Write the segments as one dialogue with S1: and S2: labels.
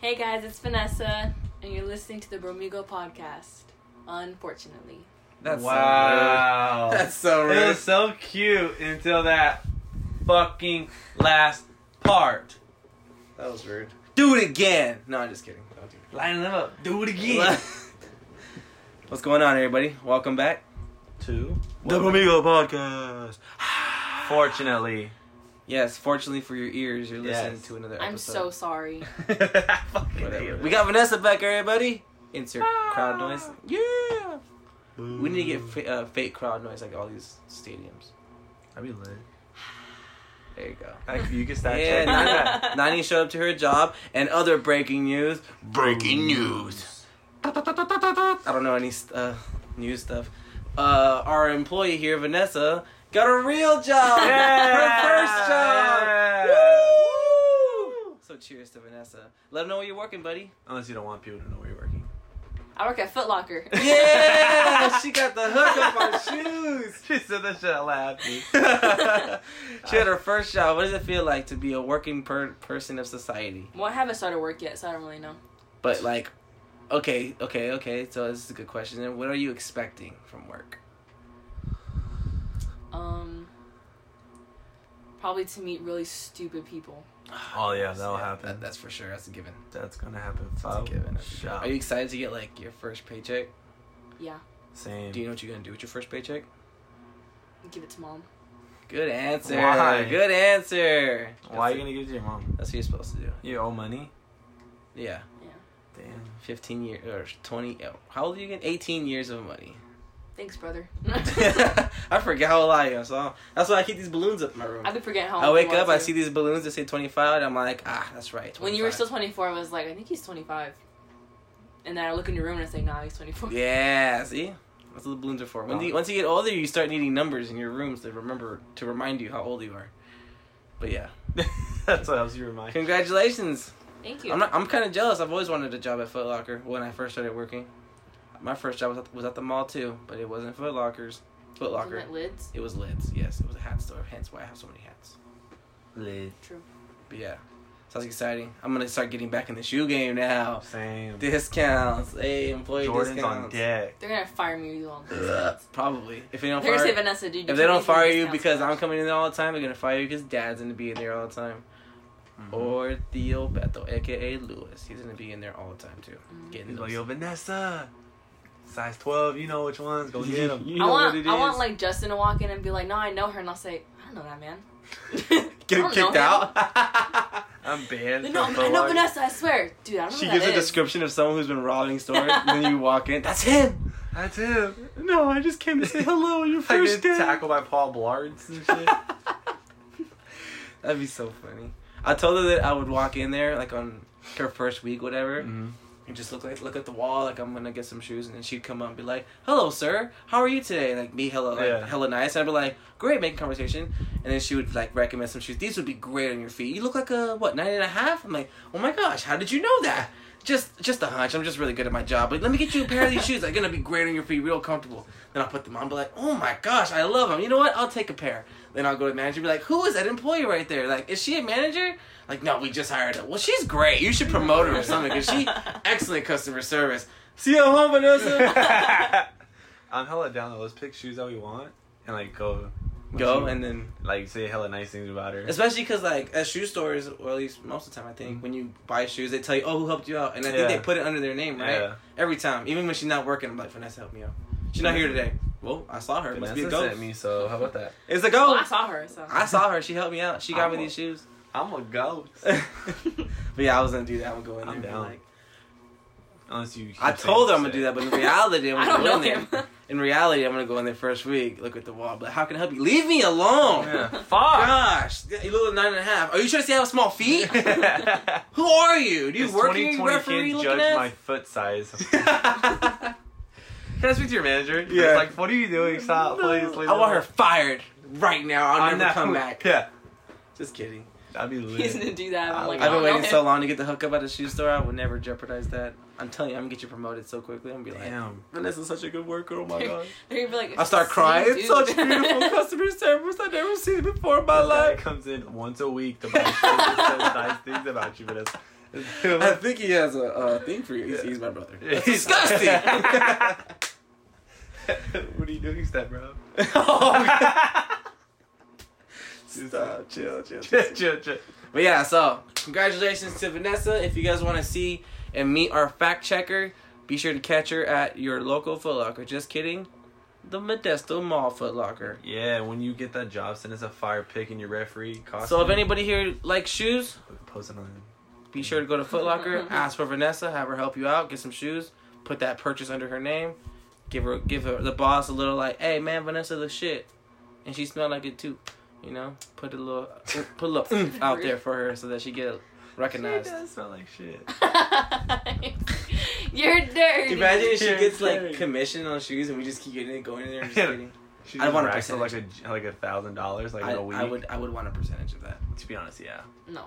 S1: Hey guys, it's Vanessa, and you're listening to the Bromigo podcast. Unfortunately,
S2: That's
S3: wow.
S2: So rude. That's so rude.
S3: It was so cute until that fucking last part.
S2: that was rude. Do it again. No, I'm just kidding. Don't do it.
S3: Line them up. Do it again.
S2: What's going on, everybody? Welcome back.
S3: Two.
S2: Double Migo podcast.
S3: Fortunately.
S2: Yes, fortunately for your ears, you're listening
S3: Yes.
S2: to another episode.
S1: I'm so sorry.
S3: fucking
S2: Whatever.
S3: hate
S2: We
S3: it.
S2: got Vanessa back, everybody. Insert crowd
S3: Ah.
S2: noise. Yeah. We need to get fa- uh, fake crowd noise like all these stadiums.
S3: That'd be lit.
S2: There you go.
S3: I, you can start
S2: Yeah,
S3: checking
S1: nah.
S3: that.
S2: Nani, Nani showed up to her job, and other breaking news. Breaking news. I don't know any uh, news stuff. Uh, our employee here, Vanessa, got a real job.
S3: Yeah.
S2: Her first job.
S3: Yeah.
S2: Woo! So cheers to Vanessa. Let them know where you're working, buddy.
S3: Unless you don't want people to know where you're working.
S1: I work at Foot Locker.
S2: Yeah, she got the hookup on shoes.
S3: She said that shit out loud. dude.
S2: she had her first job. What does it feel like to be a working per- person of society?
S1: Well, I haven't started work yet, so I don't really know.
S2: But like, okay, okay, okay. So this is a good question. And what are you expecting from work?
S1: Um, probably to meet really stupid people.
S3: Oh, yeah, that'll happen.
S2: That, that's for sure. That's a given.
S3: That's gonna happen.
S2: That's a
S3: Fuck.
S2: given.
S3: Shop.
S2: Are you excited to get like your first paycheck?
S1: Yeah,
S3: Same.
S2: Do you know what you're gonna do with your first paycheck?
S1: give it to mom.
S2: Good answer.
S3: Why?
S2: Good answer.
S3: Why are you
S2: That's,
S3: gonna give it to your mom?
S2: that's what you're supposed to do.
S3: You owe money?
S2: Yeah,
S3: Damn.
S2: fifteen years or twenty. oh, How old are you again? Eighteen years of money.
S1: Thanks, brother.
S2: I forget how old I am, so that's why I keep these balloons up in my room.
S1: I've been forgetting how.
S2: I
S1: old
S2: wake
S1: you are,
S2: up, I
S1: too.
S2: see these balloons that say twenty five, and I'm like, ah, that's right.
S1: When you were
S2: 25.
S1: still 24, I was like, I think he's 25. And then I look in your room and I say, Nah, he's 24.
S2: Yeah, see? That's what the balloons are for. When you, once you get older, you start needing numbers in your rooms to remember to remind you how old you are. But yeah,
S3: That's what helps you remind.
S2: congratulations!
S1: Thank you.
S2: I'm not, I'm kind of jealous. I've always wanted a job at Foot Locker when I first started working. My first job was at, was at the mall too, but it wasn't Foot Locker's. Foot
S1: Isn't
S2: Locker.
S1: it lids?
S2: It was Lids. Yes, it was a hat store. Hence why I have so many hats.
S3: Lit.
S1: True.
S2: But yeah, sounds exciting. I'm gonna start getting back in the shoe game now.
S3: Same.
S2: Discounts, hey employee
S3: Jordan's
S2: discounts.
S3: on deck.
S1: They're gonna fire me with all this.
S2: Ugh, Probably if they don't.
S1: They're gonna
S2: fire-
S1: say Vanessa, dude.
S2: If they don't fire you because I'm coming in there all the time, they're gonna fire you because Dad's gonna be in there all the time.
S3: Mm-hmm.
S2: Or Theo Beto, aka Lewis, he's gonna be in there all the time too. Getting
S3: He's like,
S2: those.
S3: yo, Vanessa, size 12, you know which ones, go get them.
S2: You
S1: I
S2: know
S1: want,
S2: what it
S1: I
S2: is.
S1: want like Justin to walk in and be like, "No, I know her," and I'll say, "I don't know that man."
S2: Get
S1: I
S2: him
S1: don't know
S2: kicked
S1: him.
S2: out.
S3: I'm banned.
S1: No,
S3: from
S1: I know
S3: Foot Locker.
S1: Vanessa. I swear, dude. I don't know.
S2: she
S1: who
S2: gives
S1: that
S2: a
S1: is.
S2: description of someone who's been robbing stores, and then you walk in. That's him.
S3: That's him.
S2: No, I just came to say hello. on Your
S3: I
S2: first day.
S3: get tackled by Paul Blards and shit.
S2: That'd be so funny. I told her that I would walk in there like on her first week, whatever.
S3: Mm-hmm.
S2: and just look like look at the wall like I'm gonna get some shoes and then she'd come up and be like, Hello sir, how are you today? Like be hella like
S3: Yeah.
S2: hella nice. And I'd be like, Great making conversation and then she would like recommend some shoes. These would be great on your feet. You look like a what, nine and a half? I'm like, Oh my gosh, how did you know that? Just just a hunch. I'm just really good at my job. But let me get you a pair of these shoes. They're gonna be great on your feet, real comfortable. Then I'll put them on, be like, Oh my gosh, I love them. You know what? I'll take a pair. Then I'll go to the manager and be like, Who is that employee right there? Like, is she a manager? Like, no, we just hired her. Well, she's great. You should promote her or something because she excellent customer service. See you at home, Vanessa.
S3: I'm hella down though. Let's pick shoes that we want and like go,
S2: Go and then,
S3: like say hella nice things about her.
S2: especially because like at shoe stores, or at least most of the time, I think when you buy shoes, they tell you, "Oh, who helped you out?" And I think
S3: Mm-hmm. Yeah.
S2: they put it under their name, right?
S3: Yeah.
S2: Every time, even when she's not working, I'm like, "Vanessa, help me out." She's not here today. Well, I saw her. It Must be a
S3: Vanessa
S2: ghost.
S3: sent me, so how about that?
S2: It's a
S1: Well, I
S2: ghost.
S1: saw her. So
S2: I saw her. She helped me out. She got me
S3: I'm a-
S2: these shoes.
S3: I'm a ghost.
S2: but yeah, I was gonna do that. I'm going there.
S3: I'm
S2: and be
S3: down.
S2: Like,
S3: Unless you.
S2: I told her I'm gonna do that, but in reality, I'm
S1: I
S2: gonna
S1: don't
S2: go
S1: know
S2: in there.
S1: him.
S2: In reality, I'm gonna go in there first week, look at the wall, but how can I help you? Leave me alone!
S3: Yeah. Fuck.
S2: Gosh, you look like nine and a half. Are you trying to say I have small feet?
S1: God.
S2: Who are you? Do you
S3: This
S2: work in your
S3: 2020
S2: referee
S3: kid
S2: looking
S3: judged
S2: at?
S3: my foot size. Can I speak to your manager?
S2: Yeah.
S3: It's like, what are you doing? Stop, please. leave
S2: Uh, I
S3: me
S2: want her
S3: alone."
S2: fired right now. I'll
S3: I'm
S2: never
S3: not-
S2: come back.
S3: Yeah.
S2: Just kidding.
S3: That'd be
S1: he's gonna
S3: lit.
S1: do that. I'm like,
S2: I've been
S1: I don't
S2: waiting
S1: know
S2: so
S1: him.
S2: long to get the hookup at a shoe store. I would never jeopardize that. I'm telling you, I'm gonna get you promoted so quickly. I'm gonna be like,
S3: Damn.
S2: Vanessa's such a good worker. Oh my god.
S1: They're gonna be like,
S2: I start
S1: "Same
S2: crying.
S1: dude."
S2: It's such beautiful customer service I've never seen before in my
S3: This guy
S2: life.
S3: comes in once a week to buy shit that says nice things about you, but it's
S2: I think he has a uh, thing for you. He's, he's my brother. That's disgusting.
S3: what are you doing, step bro?
S2: oh, stop. Chill, chill, chill. But yeah, so congratulations to Vanessa. If you guys want to see and meet our fact checker, be sure to catch her at your local Foot Locker. Just kidding, the Modesto Mall Foot Locker.
S3: yeah, when you get that job, send us a fire pick in your referee costume.
S2: So if anybody here likes shoes,
S3: We can post it on.
S2: be sure to go to Foot Locker, ask for Vanessa, have her help you out, get some shoes, put that purchase under her name, give her give her the boss a little like, hey man, Vanessa the shit, and she smelled like it too, you know. Put a little put a little oomph out there for her so that she get recognized.
S3: She does smell like shit.
S1: You're dirty.
S2: Imagine if she
S3: You're
S2: gets like
S3: insane.
S2: commission on shoes and we just keep getting it going in there and just
S3: Yeah.
S2: getting.
S3: She
S2: I
S3: just
S2: want a
S3: racks up like a like a thousand dollars like
S2: I,
S3: in a week.
S2: I would I would want a percentage of that.
S3: to be honest, yeah.
S1: No,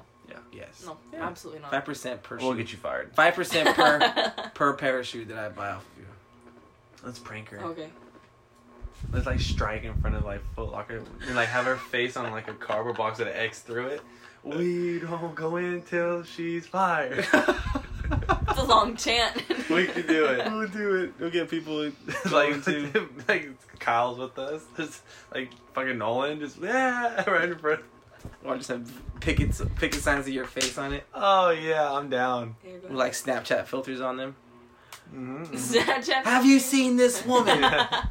S2: Yes.
S1: no,
S3: Yeah.
S1: absolutely not.
S2: Five percent per
S3: We'll
S2: shoe.
S3: get you fired.
S2: Five percent per per parachute that I buy off of you.
S3: Let's prank her.
S1: okay.
S3: Let's like strike in front of like Foot Locker and like have her face on like a cardboard box with an X through it. We don't go in till she's fired.
S1: It's a long chant.
S3: we can do it.
S2: We'll do it. We'll get people
S3: like,
S2: to.
S3: like Kyle's with us. Just, like fucking Nolan, just yeah, right in front.
S2: Or just have picket picket signs of your face on it,
S3: Oh yeah, I'm down.
S1: There you go.
S2: with, like Snapchat filters on them.
S3: Mm-hmm.
S1: Snapchat.
S2: Have you seen this woman?
S3: Yeah.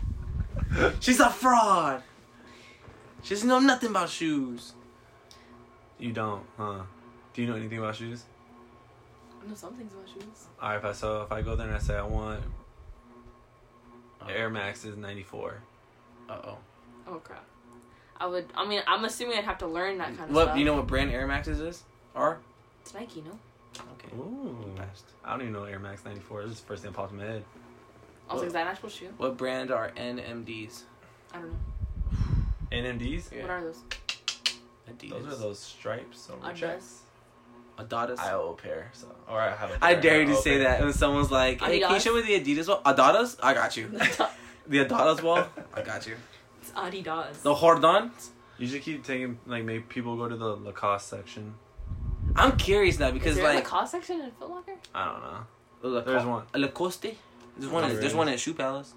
S2: She's a fraud. She doesn't know nothing about shoes.
S3: You don't, huh? Do you know anything about shoes?
S1: I know some things about shoes.
S3: All right, if I so if I go there and I say I want Air Max is 94.
S2: Uh oh.
S1: Oh crap. I would. I mean, I'm assuming I'd have to learn that kind of
S2: What
S1: stuff.
S2: you know? What brand Air Maxes is? Are
S1: It's Nike, no?
S2: okay.
S3: Ooh. I don't even know Air Max 94. This is the first thing that popped in my head.
S1: Also,
S2: What?
S1: is that an actual shoe?
S2: What brand are NMDs?
S1: I don't know.
S3: NMDs?
S1: What are those?
S2: Adidas.
S3: Those are those stripes over
S1: Adidas.
S3: checks.
S2: Adidas.
S3: I
S2: I,
S3: owe a pair, so or I have a pair.
S2: dare you
S3: I
S2: to
S3: owe a
S2: say
S3: pair.
S2: that when someone's like, "Hey, can you
S1: Adidas?
S2: show me the Adidas wall?" Adidas? I got you. The Adidas wall? I got you.
S1: It's Adidas.
S2: The Hordons?
S3: You should keep taking like maybe people go to the Lacoste section.
S2: I'm curious now because
S1: is there
S2: like
S1: a Lacoste section in Foot Locker?
S3: I don't know.
S2: Laco-
S3: There's one.
S2: Lacoste. There's one.
S3: Oh,
S2: There's
S3: really?
S2: one in Shoe Palace.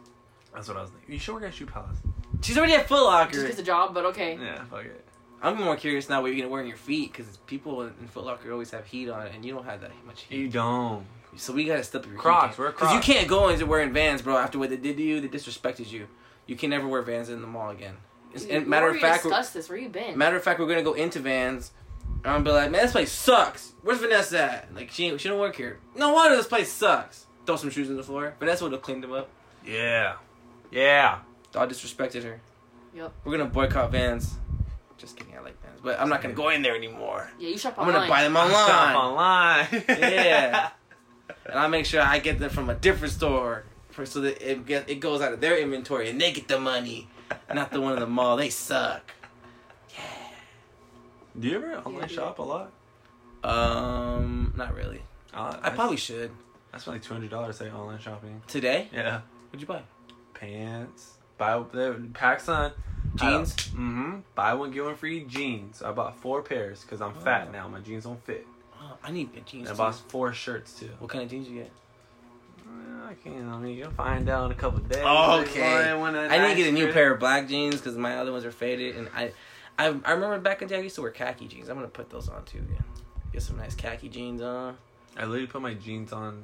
S3: That's what I was thinking. You should work at Shoe Palace.
S2: She's already at Foot
S1: Just
S2: Locker.
S1: it's a job, but okay.
S3: Yeah, fuck it.
S2: I'm more curious now what you're gonna wear on your feet because people in Foot Locker always have heat on it, and you don't have that much heat.
S3: You don't.
S2: So we gotta step your
S3: Crocs,
S2: We're
S3: wear
S2: Because you
S3: Crocs.
S2: can't go into wearing Vans, bro. After what they did to you, they disrespected you. You can never wear Vans in the mall again. It's- and
S1: We
S2: matter of
S1: already
S2: fact, we're-
S1: discussed this. Where you been?
S2: matter of fact, we're gonna go into Vans. And I'm gonna be like, man, this place sucks. Where's Vanessa at? Like she ain't- she don't work here. No wonder this place sucks. Throw some shoes on the floor. Vanessa would have cleaned them up.
S3: Yeah. Yeah.
S2: I disrespected her.
S1: Yep.
S2: We're gonna boycott Vans. Just kidding, I like Vans, but I'm not gonna go in there anymore.
S1: yeah, you shop
S2: I'm
S1: online.
S2: gonna buy them
S3: Shop
S2: online,
S3: online.
S2: Yeah. and I'll make sure I get them from a different store, for, so that it get, it goes out of their inventory and they get the money, not the one in the mall. They suck.
S3: Do you ever online
S1: Yeah.
S3: shop a lot?
S2: Um, not really.
S3: Uh,
S2: I probably should.
S3: I spent like two hundred dollars say online shopping.
S2: Today,
S3: Yeah.
S2: what'd you buy?
S3: pants. Buy the PacSun
S2: Jeans?
S3: Mm-hmm. Buy one get one free jeans. I bought four pairs because I'm
S2: Oh.
S3: fat now. My jeans don't fit.
S2: Oh, I need a jeans.
S3: And I
S2: too.
S3: bought four shirts too.
S2: What kind of jeans you get?
S3: Uh, I can't. I mean, you'll find out in a couple days.
S2: Oh, okay.
S3: Like, one- one
S2: I need to get a new
S3: nice
S2: pair of black jeans because my other ones are faded, and I, I, I remember back in the day I used to wear khaki jeans. I'm gonna put those on too. Yeah. Get some nice khaki jeans on.
S3: I literally put my jeans on.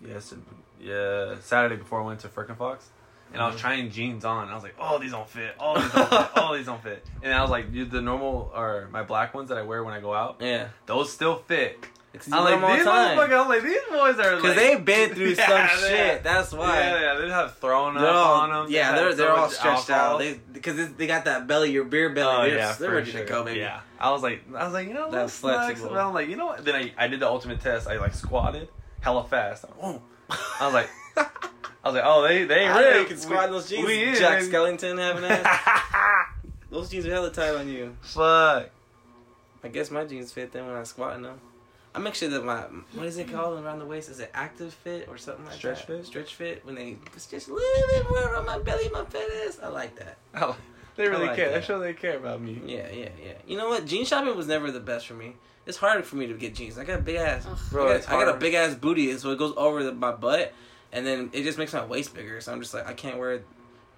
S3: Yes. Yeah. Saturday before I went to Frickin' Fox. And I was
S2: Mhm.
S3: trying jeans on. and I was like, "Oh, these don't fit. Oh, these don't fit. Oh, these don't fit." And I was like, "Dude, the normal or my black ones that I wear when I go out,
S2: Yeah,
S3: those still fit."
S2: because
S3: I'm like, these motherfuckers, I'm like, these boys are
S2: Because
S3: like.
S2: they've been through
S3: Yeah,
S2: some
S3: they-
S2: shit. That's why.
S3: Yeah, yeah, they have thrown up
S2: They're all,
S3: on them.
S2: yeah, they're they're all stretched out. They because they got that belly, your beer
S3: oh,
S2: belly. they're
S3: yeah,
S2: they're
S3: for
S2: ready
S3: sure.
S2: to go, baby.
S3: Yeah, I was like, I was like, you know, what
S2: That's
S3: sucks?
S2: flexible.
S3: And I'm like, you know what? Then I, I did the ultimate test. I like squatted hella fast. I'm like, oh, I was like, I was like, oh, they they
S2: I know
S3: really
S2: you can squat in those jeans.
S3: We in,
S2: Jack
S3: baby.
S2: Skellington having ass. those jeans are hella tight on you.
S3: Fuck.
S2: I guess my jeans fit then when I squat in them. I make sure that my what is it called around the waist? Is it active fit or something like that?
S3: Stretch fit?
S2: Stretch fit. When they it's just a little bit more on my belly, my fat ass. I like that.
S3: They really
S2: like
S3: care. That.
S2: that.
S3: show they care about me.
S2: Yeah, yeah, yeah. You know what? Jean shopping was never the best for me. It's harder for me to get jeans. I got a big ass.
S1: Ugh.
S3: Bro,
S2: I,
S3: it's
S2: got, I got a
S3: hard.
S2: big ass booty, and so it goes over the, my butt, and then it just makes my waist bigger. So I'm just like, I can't wear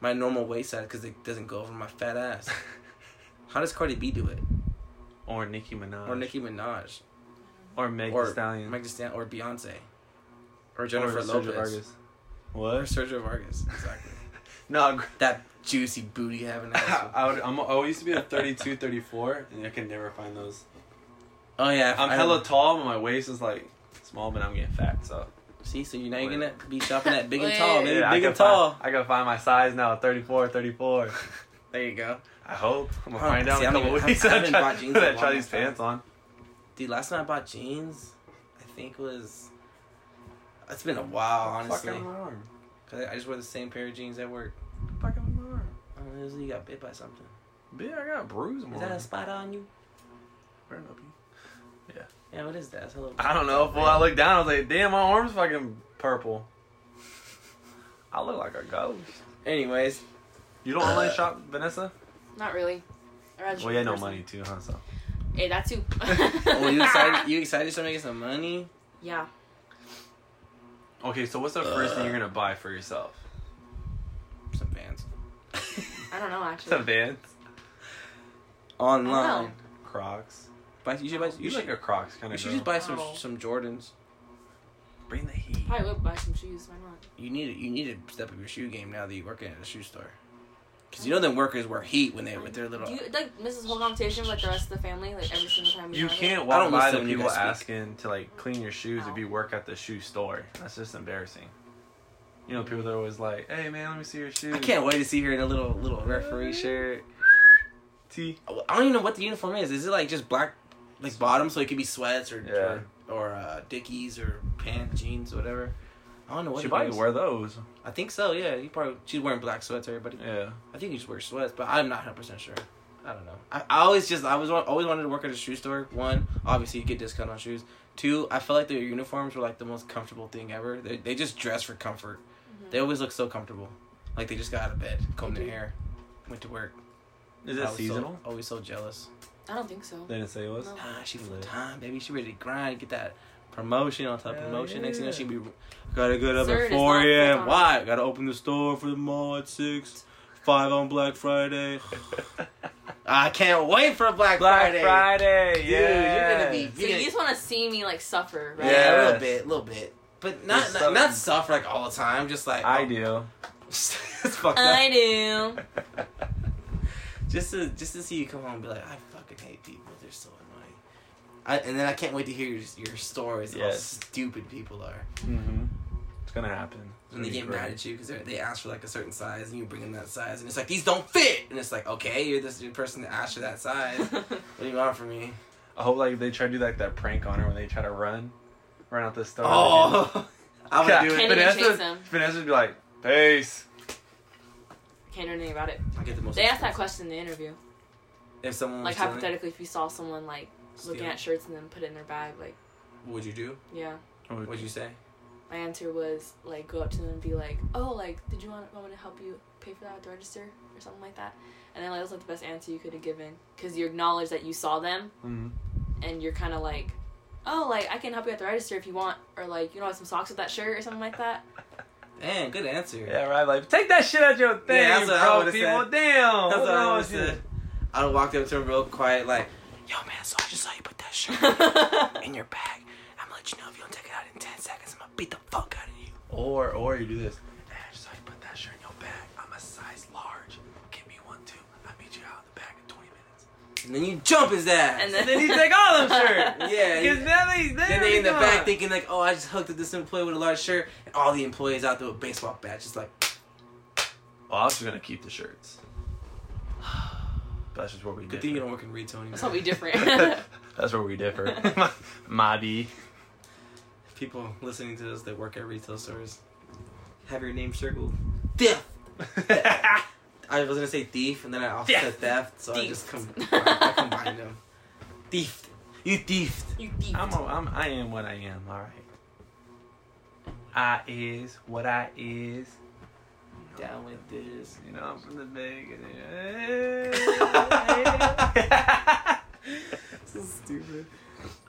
S2: my normal waist size because it doesn't go over my fat ass. How does Cardi B do it?
S3: or Nicki Minaj.
S2: Or Nicki Minaj?
S3: Or Meg
S2: or
S3: Thee Stallion.
S2: Meg Thee Stallion? Or Beyonce? Or Jennifer
S3: Or Sergio
S2: Lopez?
S3: Vargas.
S2: Or
S3: What?
S2: Sergio Vargas? Exactly.
S3: No, gr-
S2: that juicy booty having. ass.
S3: I would. I'm, I used to be a 32, 34, and I can never find those.
S2: oh yeah,
S3: I'm
S2: I-
S3: hella tall, but my waist is like small, but I'm getting fat. So
S2: See, so you now you're gonna be shopping at big and tall,
S1: Wait.
S2: baby.
S3: I
S2: big
S3: can
S2: and tall.
S3: Find, I gotta find my size now. 34, 34.
S2: There you go.
S3: I hope. I'm gonna
S2: Huh,
S3: find out
S2: see,
S3: in
S2: I
S3: a
S2: don't
S3: couple
S2: even- I
S3: weeks.
S2: haven't
S3: try,
S2: bought jeans in a
S3: I try
S2: long
S3: these
S2: time.
S3: pants on.
S2: Dude, last time I bought jeans, I think was. It's been a while, Oh, honestly.
S3: Fucking my arm.
S2: 'Cause I I just wear the same pair of jeans at work.
S3: Fucking my arm.
S2: I don't know, usually you got bit by something.
S3: Bitch, I got a bruise.
S2: Is that a spot on you? Yeah, what is that? It's a little-
S3: I don't know. Well, I looked down. I was like, damn, my arm's fucking purple. I look like a ghost.
S2: Anyways,
S3: You don't online shop, Vanessa?
S1: Not really. I rather
S3: Well,
S1: shoot
S3: yeah,
S1: in
S3: no
S1: person.
S3: money too, huh? So
S1: Hey, that too.
S2: oh, you excited? You excited to making some money?
S1: Yeah.
S3: okay, so what's the first thing you're gonna buy for yourself?
S2: Some Vans.
S1: I don't know, actually.
S3: Some Vans,
S2: Online.
S3: Crocs.
S2: Buy, you should buy.
S3: You
S2: You
S3: like
S2: should,
S3: a Crocs kind
S2: you
S3: of
S2: should
S3: girl.
S2: just buy some
S1: Oh.
S2: some Jordans.
S3: Bring the heat.
S1: Probably would buy some shoes. Why not?
S2: You need to- you need to step up your shoe game now that you're working at a shoe store. Cause you know them workers wear heat when they with their little.
S1: Do you like miss this whole conversation with the rest of the family like every single time? we
S3: You
S1: have it?
S3: can't
S2: I
S3: walk
S2: don't
S3: by
S2: listen
S3: the
S2: when you
S3: people
S2: guys speak.
S3: asking to like clean your shoes if
S1: Ow.
S3: you work at the shoe store. That's just embarrassing. You know, people that are always like, "Hey man, let me see your shoes."
S2: I can't wait to see her in a little little referee shirt.
S3: T.
S2: I don't even know what the uniform is. Is it like just black, like bottom, so it could be sweats or
S3: Yeah.
S2: or, or uh, dickies or pants, jeans, whatever. I don't know what
S3: She
S2: it
S3: probably
S2: is.
S3: wear those.
S2: I think so. Yeah, you probably she's wearing black sweats. Everybody,
S3: Yeah.
S2: I think you just wear sweats, but I'm not 100 percent sure. I don't know. I, I always just I was wa- always wanted to work at a shoe store. One, obviously you get discount on shoes. Two, I felt like their uniforms were like the most comfortable thing ever. They they just dress for comfort. They always look so comfortable, like they just got out of bed, combed
S1: They
S2: their
S1: do.
S2: hair, went to work.
S3: Is
S2: I
S3: it
S2: was so-
S3: seasonal?
S2: always so jealous.
S1: I don't think so.
S3: They didn't say it was.
S1: No.
S2: Ah, she full
S3: Oh, Lit.
S2: time, baby. She ready to grind, get that promotion on top of
S3: Hell
S2: promotion. Next thing you know, she
S3: yeah.
S2: be gotta get up
S1: Sir,
S2: at
S1: it's
S2: four
S1: not
S2: a.m.
S1: full-time.
S2: Why? Gotta open the store for the mall at six, five on Black Friday. I can't wait for Black, Friday.
S3: Friday.
S2: Dude, you're gonna be-
S1: So you just want to see me like suffer, right?
S2: Yeah, a
S3: Yes.
S2: little bit, a little bit, but not
S3: There's
S2: not,
S3: some-
S2: not suffer like all the time. Just like oh,
S3: I do.
S2: it's fucked up.
S1: I do.
S2: Just to just to see you come home and be like, I fucking hate people. They're so annoying. I, and then I can't wait to hear your, your stories. How
S3: Yes.
S2: stupid people are.
S3: hmm It's gonna happen. It's
S2: And
S3: gonna
S2: they
S3: be
S2: get
S3: great.
S2: mad at you because they ask for like a certain size, and you bring them that size, and it's like these don't fit, and it's like okay, you're this you're the person that asked for that size. what do you want from me?
S3: I hope like they try to do like that prank on her when they try to run, run out the store.
S2: Oh, I would
S3: yeah.
S2: do it.
S1: Can't even chase
S3: Vanessa,
S1: them.
S3: Vanessa would be like, "Peace."
S1: Can't do anything about it.
S2: I get the most.
S1: They asked that
S2: expensive.
S1: question in the interview.
S2: If someone
S1: Like
S2: was stealing,
S1: hypothetically, if you saw someone like looking
S2: stealing,
S1: at shirts and then put it in their bag, like
S2: what would you do?
S1: yeah.
S2: What would you say?
S1: My answer was like go up to them and be like, oh, like did you want want me to help you pay for that at the register or something like that? And then like that's not the best answer you could have given because you acknowledge that you saw them
S3: Mhm.
S1: and you're kind of like, oh, like I can help you at the register if you want or like you know have some socks with that shirt or something like that.
S2: Damn, good answer.
S3: Yeah, right. Like, take that shit out your thing,
S2: that's what I
S3: bro.
S2: would've
S3: People,
S2: said.
S3: damn.
S2: That's
S3: what's
S2: what Oh, I
S3: wrong
S2: always
S3: with you?
S2: said. I would walk up to him real quiet, like, "Yo, man, so I just saw you put that shirt in your bag. I'm gonna let you know if you don't take it out in ten seconds. I'm gonna beat the fuck out of you."
S3: Or, or you do this.
S2: Hey, I just saw you put that shirt in your bag. I'm a size large. Give me one too. I meet you out in the bag in 20 minutes. And then you jump his ass.
S1: And
S3: And then he take
S2: "Oh,
S3: all them shirts.
S2: yeah.
S3: Because
S2: he-
S3: now he's there.
S2: then they in the
S3: come
S2: back
S3: on.
S2: thinking like, oh, I just hooked up this employee with a large shirt, and all the employees out there with baseball bats, just like,
S3: Well, I was just gonna keep the shirts. That's just where we
S2: good
S3: differ.
S2: thing you don't work in retail anymore.
S1: That's how we different.
S3: That's where we differ. Mobby.
S2: People listening to this that work at retail stores, have your name circled. Theft. I was gonna say thief, and then I also said
S3: Theft.
S2: theft, so I
S1: Thief.
S2: just com- I combined them. Thief. You thief.
S1: you thief.
S3: I'm, a, I'm I am what I am. All right. I is what I is.
S2: down with this.
S3: You know, I'm from the Bay.
S2: so stupid.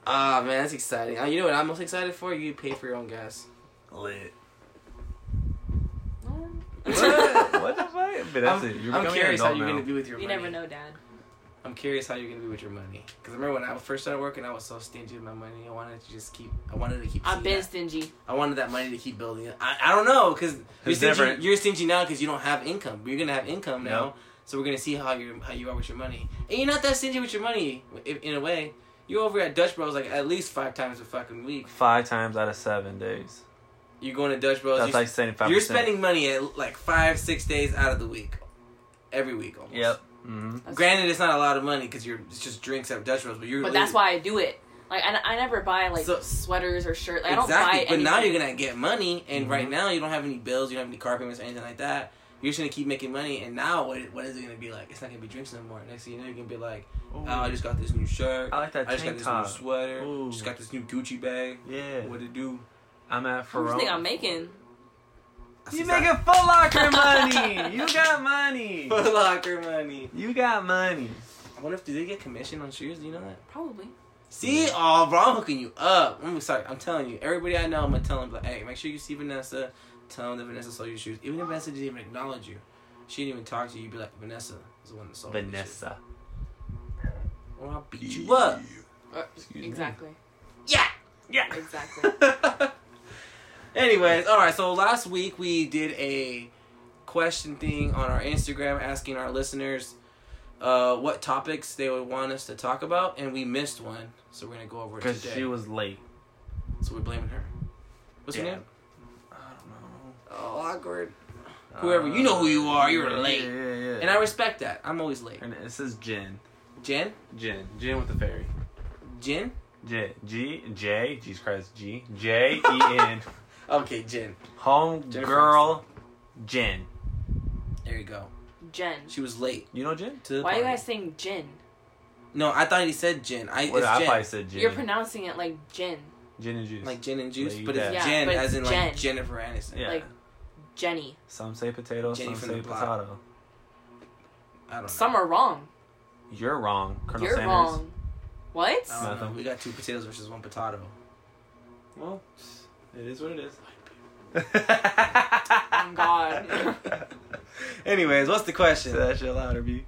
S2: Ah man, that's exciting. Uh, you know what I'm most excited for? You pay for your own gas.
S3: Lit. What?
S1: Mm.
S3: what the fuck? But that's
S2: I'm,
S3: it. You're
S2: I'm
S3: becoming
S2: curious
S3: an
S2: how
S3: adult
S2: you're
S3: now.
S2: gonna be with your
S1: you
S2: money.
S1: never know, Dad.
S2: I'm curious how you're gonna be with your money. Cause I remember when I first started working, I was so stingy with my money. I wanted to just keep. I wanted to keep.
S1: I've
S2: seeing
S1: been
S2: that.
S1: stingy.
S2: I wanted that money to keep building. up. I, I don't know because you're
S3: It's
S2: stingy.
S3: different.
S2: You're stingy now because you don't have income. You're gonna have income
S3: Yeah.
S2: now, so we're gonna see how you how you are with your money. And you're not that stingy with your money i- in a way. You're over at Dutch Bros like at least five times a fucking week.
S3: Five times out of seven days.
S2: You're going to Dutch Bros.
S3: That's
S2: you're,
S3: like seventy-five.
S2: you're spending money at like five six days out of the week, every week almost.
S3: Yep. Mm-hmm.
S1: That's-
S2: Granted, it's not a lot of money because you're it's just drinks at Dutch Bros, but you're.
S1: But that's why I do it. Like I, I never buy like
S2: So-
S1: sweaters or shirts. Like,
S2: exactly.
S1: I don't buy.
S2: but now
S1: anything.
S2: you're gonna get money, and
S3: Mhm.
S2: right now you don't have any bills, you don't have any car payments, or anything like that. You're just gonna keep making money, and now what, what is it gonna be like? It's not gonna be drinks no more. Next thing you know, you're gonna be like, oh, I just got this new shirt,
S3: I like that
S2: I just got
S3: tank
S2: this
S3: top.
S2: new sweater,
S3: Ooh.
S2: just got this new Gucci bag.
S3: Yeah.
S2: What it do?
S3: I'm at
S1: How much
S3: Ferrone.
S1: you think I'm making?
S2: That's
S3: You
S2: exact-
S3: making Foot Locker money. You got money.
S2: Foot Locker money.
S3: You got money.
S2: I wonder if do they get commission on shoes? Do you know that?
S1: Probably.
S2: See, oh, bro, I'm hooking you up. I'm sorry. I'm telling you, everybody I know, I'm gonna tell them like, hey, make sure you see Vanessa. Tell them that Vanessa sold your shoes. Even if Vanessa didn't even acknowledge you, she didn't even talk to you. You'd be like, Vanessa is the one that sold. these shoes."
S3: Vanessa.
S2: or I'll beat you up.
S1: Uh,
S3: Excuse me.
S1: exactly.
S2: Yeah, yeah,
S1: Exactly.
S2: Anyways, all right. So last week we did a question thing on our Instagram, asking our listeners uh, what topics they would want us to talk about, and we missed one, so we're gonna go over it
S3: Because
S2: today.
S3: she was late.
S2: so we're blaming her. What's her
S3: Yeah.
S2: name?
S3: I don't
S2: Oh, awkward. Whoever- you know who you are, you were late.
S3: Yeah, yeah, yeah.
S2: And I respect that. I'm always late.
S3: And it says Jen.
S2: Jen?
S3: Jen. Jen with the fairy.
S2: Jen?
S3: J G J. Jesus Christ. G J E N.
S2: Okay, Jen.
S3: Home
S2: Jennifer
S3: girl. Jen.
S2: There you go.
S1: Jen.
S2: She was late
S3: You know Jen?
S2: to the
S1: Why are you
S2: party.
S1: guys saying Jen?
S2: No, I thought he said Jen. I,
S3: Well,
S2: it's
S3: I
S2: Jen.
S3: probably said Jen.
S1: You're pronouncing it like Jen.
S3: Jen and juice.
S2: Like Jen and juice,
S3: Lay
S2: but it's
S3: down.
S1: Yeah,
S2: Jen
S1: but
S2: as
S1: it's
S2: in like
S1: Jen.
S2: Jennifer Aniston.
S3: yeah.
S1: like- Jenny.
S3: some say potato.
S2: Jenny
S3: some
S2: from
S3: say
S2: the block.
S3: potato.
S2: I don't know.
S1: Some are wrong.
S3: You're wrong, Colonel
S1: You're
S3: Sanders.
S1: wrong. What?
S2: I don't know.
S3: Nothing.
S2: We got two potatoes versus one potato.
S3: Well, it is what it is.
S1: Oh, God.
S2: Anyways, what's the
S3: Say
S2: question?
S3: that shit louder, B.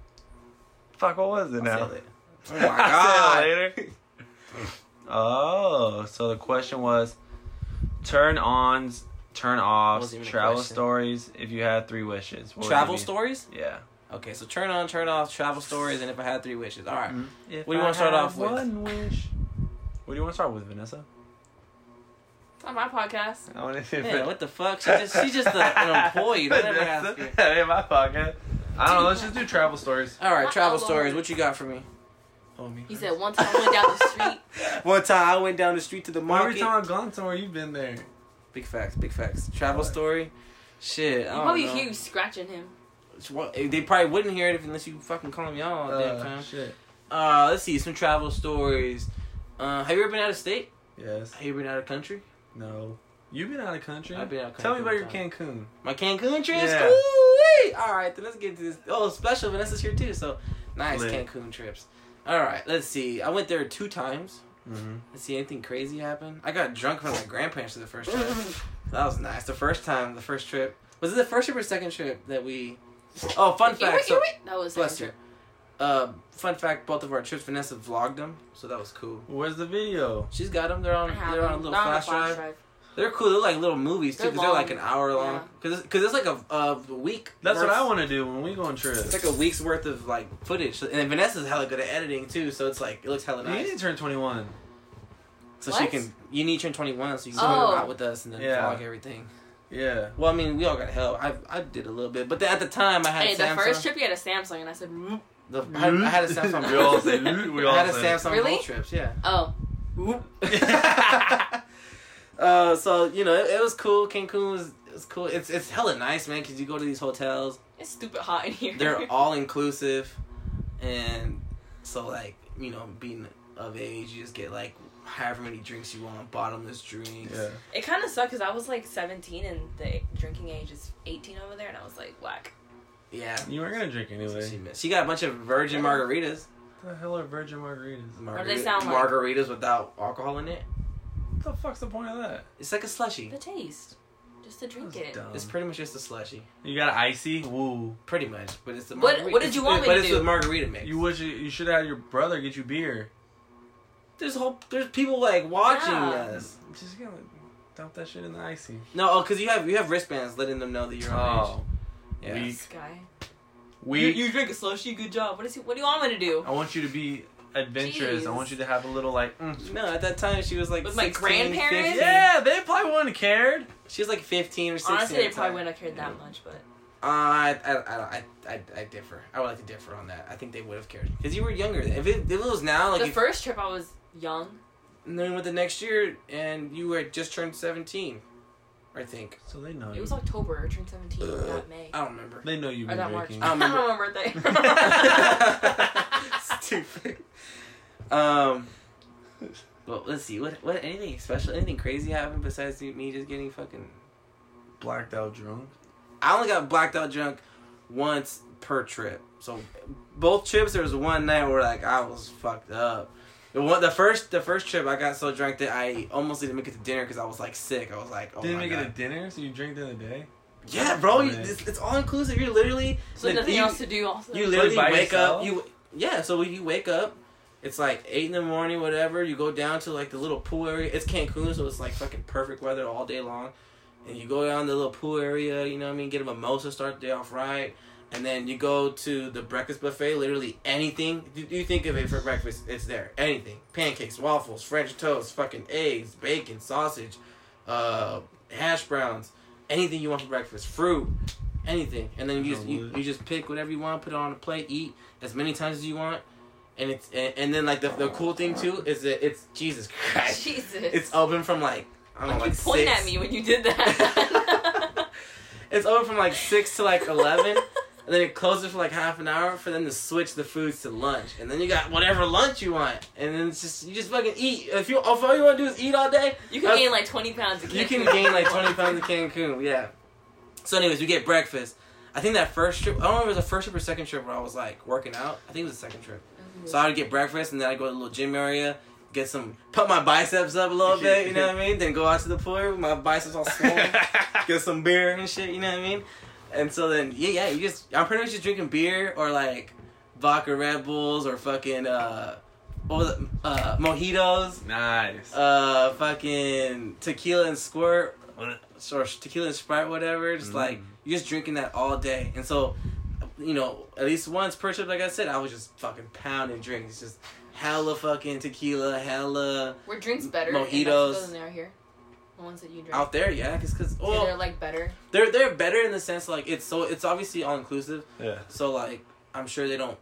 S3: Fuck, what was
S2: I'll
S3: it
S2: say
S3: now?
S2: it later. Oh
S3: Oh
S2: my god.
S3: later. oh, so the question was turn ons, turn offs,
S2: Wasn't even a
S3: travel
S2: question.
S3: stories. If you had three wishes, what would
S2: Travel
S3: it be?
S2: stories?
S3: Yeah.
S2: Okay, so turn on, turn off, travel stories, and if I had three wishes. All right.
S3: If
S2: Mm-hmm. What do you
S3: I
S2: wanna start
S3: had
S2: off with?
S3: One wish. What do you want to start with, Vanessa?
S1: It's not my podcast.
S3: I want to see
S2: Man, what the fuck? She's just, she's just a, an employee. Don't ever ask her.
S3: That ain't my podcast. I don't know. Let's just do travel stories.
S2: All right,
S1: My
S2: travel
S1: elbow.
S2: stories. What you got for me? Oh, me.
S1: He said one time I went down the street.
S2: One time I went down the street to the
S3: Every
S2: market.
S3: time I've gone somewhere, you've been there.
S2: Big facts, big facts. Travel story. Shit, I
S1: You
S2: don't
S1: probably
S2: know.
S1: hear you scratching him.
S2: It's what- They probably wouldn't hear it if, unless you fucking call me out all Oh, damn
S3: Uh,
S2: time.
S3: shit.
S2: Uh, let's see some travel stories. Uh, have you ever been out of state?
S3: Yes.
S2: Have you ever been out of country?
S3: No. You've been out of country.
S2: I've been out of
S3: Tell me about
S2: country
S3: your Cancun.
S2: My Cancun trip.
S3: Yeah.
S2: Ooh-wee. All right, then let's get to this. Oh, special Vanessa's here too. So nice
S3: Lit.
S2: Cancun trips. All right, let's see. I went there two times.
S3: Mm-hmm.
S2: Let's see anything crazy happen. I got drunk from my grandparents for the first time. That was nice. The first time, the first trip. Was it the first trip or second trip that we? Oh, fun
S1: You were-
S2: fact.
S1: you
S2: So,
S1: were- that was
S2: bless
S1: second
S2: you.
S1: trip.
S2: Uh, fun fact. Both of our trips, Vanessa vlogged them, so that was cool.
S3: Where's the video?
S2: She's got them. They're on.
S1: I have
S2: They're on a
S1: them.
S2: little
S1: They're on a
S2: flash drive. They're cool. They're like little movies too,
S1: They're
S2: because they're like an
S1: long.
S2: hour long.
S1: Yeah.
S2: Because because it's, like a a week.
S3: That's what
S2: worth-
S3: I want to do when we go on trips.
S2: It's like a week's worth of like footage, So- and then Vanessa's hella good at editing too. So it's like it looks hella
S3: You
S2: nice.
S3: need to turn 21.
S2: So she
S1: What?
S2: can. You need to turn twenty one, so you can
S1: Oh.
S2: go out with us and then
S3: Yeah.
S2: vlog everything.
S3: Yeah.
S2: Well, I mean, we all got help. I I did a little bit, but then at the time I had
S1: Hey,
S2: a Samsung.
S1: the first trip you had a Samsung, and I said, "Mm."
S2: The, I, I had a Samsung.
S3: we all say loot. We all
S2: I had a
S3: say.
S2: Samsung
S1: Really?
S2: road trips. Yeah.
S1: oh,
S2: uh, so you know, it, it was cool. Cancun was it was cool. It's it's hella nice, man. Cause you go to these hotels,
S1: it's stupid hot in here.
S2: they're all inclusive, and so like you know, being of age, you just get like however many drinks you want, bottomless drinks.
S3: Yeah.
S1: It kind of sucked because I was like 17 and the drinking age is 18 over there, and I was like, whack.
S2: Yeah.
S3: You weren't gonna drink anyway.
S2: She, missed. she got a bunch of virgin
S1: Yeah.
S2: margaritas.
S3: What the hell are virgin margaritas?
S1: do they sound like?
S2: margaritas without alcohol in it.
S3: What the fuck's the point of that?
S2: It's like a slushy.
S1: The taste. Just to drink
S3: That's
S1: it.
S3: dumb.
S2: It's pretty much just a slushy.
S3: You got icy? Woo.
S2: Pretty much, but it's the
S1: What-
S2: margarita.
S1: what did you want me
S2: But
S1: to
S2: it's
S1: do?
S2: the margarita mix.
S3: You wish you, you should have had your brother get you beer.
S2: there's whole there's people like watching
S1: Yeah.
S2: us.
S3: Just gonna dump that shit in the icy.
S2: No, oh, cause you have you have wristbands letting them know that you're underage. Yeah.
S3: we-
S1: This guy.
S3: Oh, we.
S1: you, you drink a slushy, good job. What, is he, what do you want me to do?
S3: I want you to be adventurous. I
S1: Jeez.
S3: want you to have a little like. mm.
S2: No, at that time she was like
S1: With my
S2: 16,
S1: grandparents?
S2: 15.
S3: Yeah, they probably wouldn't have cared.
S2: she was like 15 or 16.
S1: Honestly, they
S2: at the
S1: probably
S2: time.
S1: wouldn't have cared that much, but.
S2: Uh, I, I, I, I, I- I differ. I would like to differ on that. I think they would have cared because you were younger. If it, if it was now, like
S1: the
S2: if-
S1: first trip, I was young.
S2: and then with the next year, and you had just turned 17, I think.
S3: So they know.
S1: It
S3: you.
S1: was October. I turned 17, not May.
S2: I don't Uh, remember.
S3: They know you've
S1: Or
S3: been
S1: not March.
S3: drinking.
S2: I
S1: I
S2: don't
S1: don't remember my birthday.
S2: Stupid. Um, but let's see. What, what, anything special, anything crazy happened besides me just getting fucking.
S3: Blacked out drunk.
S2: I only got blacked out drunk once per trip. So both trips there was one night where like I was fucked up. The one the first the first trip I got so drunk that I almost didn't make it to dinner because I was like sick. I was like, oh
S3: Didn't
S2: my
S3: make
S2: god.
S3: it a dinner, so you drank during the day.
S2: yeah, bro, you,
S3: Man.
S2: it's, it's all inclusive. You're literally
S1: So
S2: like,
S1: nothing
S2: you,
S1: else to do. Also,
S2: You
S3: Like,
S2: literally
S3: by
S2: wake
S3: yourself?
S2: up. You yeah. So when you wake up, it's like eight in the morning, whatever. You go down to like the little pool area. It's Cancun, so it's like fucking perfect weather all day long. And you go down the little pool area. You know what I mean? Get a mimosa, start the day off right. And then you go to the breakfast buffet. Literally anything you, you think of it for breakfast, it's there. Anything: pancakes, waffles, French toast, fucking eggs, bacon, sausage, uh, hash browns, anything you want for breakfast, fruit, anything. And then you just you, you just pick whatever you want, put it on a plate, eat as many times as you want. And it's and, and then like the, the cool thing too is that it's Jesus Christ.
S1: Jesus.
S2: It's open from like I don't know
S1: Why'd
S2: like
S1: you point
S2: six.
S1: at me when you did that.
S2: It's open from like six to like eleven. And then it closes for like half an hour for them to switch the foods to lunch, and then you got whatever lunch you want, and then it's just you just fucking eat. If you if all you want to do is eat all day,
S1: You can
S2: that's-
S1: gain like 20 pounds.
S2: You can gain like 20 pounds of Cancun, yeah. So, anyways, we get breakfast. I think that first trip, I don't know if it was the first trip or second trip where I was like working out. I think it was the second trip. So, I would get breakfast and then I'd go to the little gym area, get some, put my biceps up a little bit, you know what I mean? Then go out to the pool with my biceps all swollen, get some beer and shit, you know what I mean? And so then, yeah, yeah, you just, I'm pretty much just drinking beer or like vodka Red Bulls or fucking, uh, what was it, uh, mojitos,
S3: nice.
S2: uh, fucking tequila and squirt or tequila and sprite, whatever. Just
S3: Mm.
S2: like you're just drinking that all day, and so you know at least once per trip, like I said, I was just fucking pounding drinks, just hella fucking tequila, hella
S1: Were drinks better in
S2: Mojitos.
S1: Mexico than they are here? The ones that you drink.
S2: out there, yeah. Cause, 'cause-
S1: So they're
S2: well,
S1: like better.
S2: they're they're better in the sense like it's so it's obviously all inclusive,
S3: yeah.
S2: so like I'm sure they don't.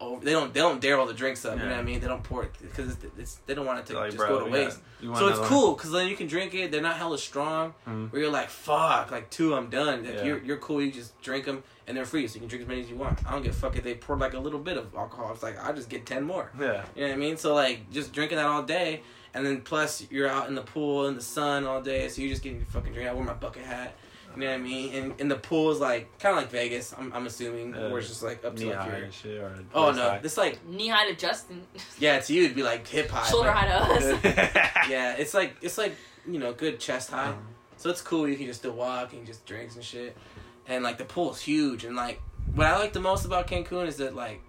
S2: Over, they don't. They don't dare all the drinks up. You know
S3: Yeah.
S2: what I mean? They don't pour it because it's, it's, they don't want it to
S3: Like,
S2: just
S3: bro,
S2: go to
S3: yeah.
S2: waste.
S3: You want
S2: So it's
S3: another one?
S2: cool because then you can drink it. They're not hella strong.
S3: Mhm.
S2: Where you're like, fuck, like two, I'm done. Like,
S3: Yeah.
S2: you're you're cool. You just drink them and they're free, so you can drink as many as you want. I don't give a fuck if they pour like a little bit of alcohol. It's like I just get ten more.
S3: Yeah.
S2: You know what I mean? So like just drinking that all day, and then plus you're out in the pool in the sun all day, so you're just getting your fucking drink. I wear my bucket hat. You know what I mean? And and the pool is like kind of like Vegas. I'm I'm assuming
S3: Uh,
S2: where it's just like up to
S3: Knee
S2: like
S3: high
S2: your.
S3: and shit. Or
S2: Oh
S3: waist
S2: no,
S3: high.
S2: it's like
S1: Knee high to Justin.
S2: yeah, to you it'd be like hip high.
S1: Shoulder
S2: but-
S1: high to us.
S2: yeah, it's like it's like you know, good chest high.
S3: Mm-hmm.
S2: So it's cool. You can just still walk and just drinks and shit. And like the pool's huge. And like what I like the most about Cancun is that like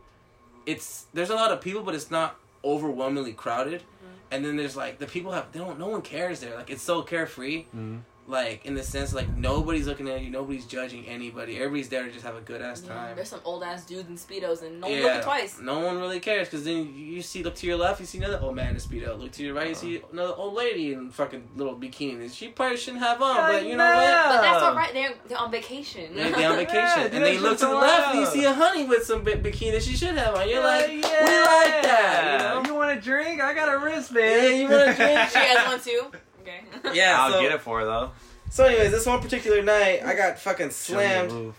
S2: it's there's a lot of people, but it's not overwhelmingly crowded.
S1: Mm-hmm.
S2: And then there's like the people have they don't no one cares there. Like it's so carefree.
S3: Mhm.
S2: Like in the sense like nobody's looking at you, nobody's judging anybody. Everybody's there to just have a good ass
S1: Yeah,
S2: time.
S1: there's some old ass dudes in speedos and no one looked twice.
S2: No one really cares because then you- you see, look to your left, you see another old man in a speedo. Look to your
S1: Uh-huh.
S2: right, you see another old lady in fucking little bikini. She probably shouldn't have on,
S3: I
S2: but you know what?
S1: But that's
S3: Oh.
S1: alright. They're they're on vacation.
S2: They- They on vacation,
S3: Yeah, dude,
S2: and they look to the
S3: that's
S2: left, and you
S3: wild.
S2: see a honey with some bi- bikini that she should have on. You're like,
S3: yeah.
S2: we like that. You know?
S3: want a drink? I got a
S2: Yeah,
S3: wristband.
S2: you want a drink?
S1: She has one too. Okay.
S2: Yeah,
S3: I'll
S2: so,
S3: get it for her, though.
S2: so anyways, this one particular night, I got fucking
S3: Show me the
S2: slammed.
S3: move.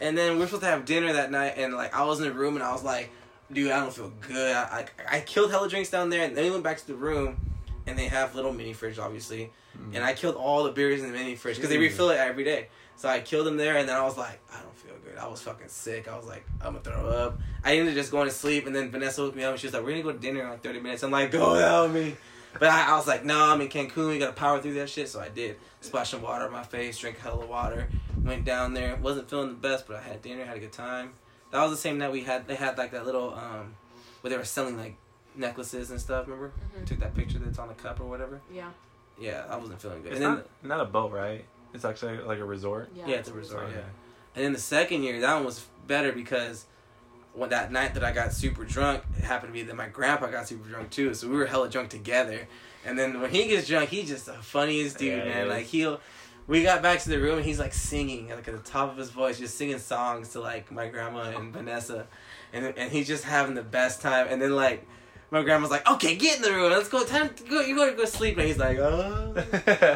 S2: And then we are supposed to have dinner that night, and like I was in the room, and I was like, "Dude, I don't feel good." I I, I killed hella drinks down there, and then we went back to the room, and they have little mini fridge, obviously. And I killed all the beers in the mini fridge because they refill it every day. So I killed them there, and then I was like, I don't feel good. I was fucking sick. I was like, I'm gonna throw up. I ended up just going to sleep, and then Vanessa woke me up, and she was like, We're gonna go to dinner in like 30 minutes. I'm like, Go help me. But I, I was like, No, I'm in Cancun. We gotta power through that shit. So I did. Splash some water on my face, drink hella water. Went down there. Wasn't feeling the best, but I had dinner, had a good time. That was the same night we had. They had like that little um, where they were selling like necklaces and stuff. Remember?
S3: Mm-hmm.
S1: Mhm.
S2: Took that picture that's on the cup or whatever.
S1: Yeah.
S2: Yeah, I wasn't feeling good.
S3: It's
S2: and then
S3: not, not a boat, right? It's actually like a resort.
S1: Yeah.
S2: yeah, it's a resort. Oh, Yeah. And then the second year, that one was better because when that night that I got super drunk, it happened to be that my grandpa got super drunk too, so we were hella drunk together. And then when he gets drunk, he's just the funniest dude,
S3: Yeah, he
S2: man.
S3: is.
S2: Like he'll. We got back to the room and he's like singing, like at the top of his voice, just singing songs to like my grandma and Vanessa, and and he's just having the best time. And then like. My grandma's like, okay, get in the room. Let's go. Time to go. You gotta go sleep. And he's like, oh,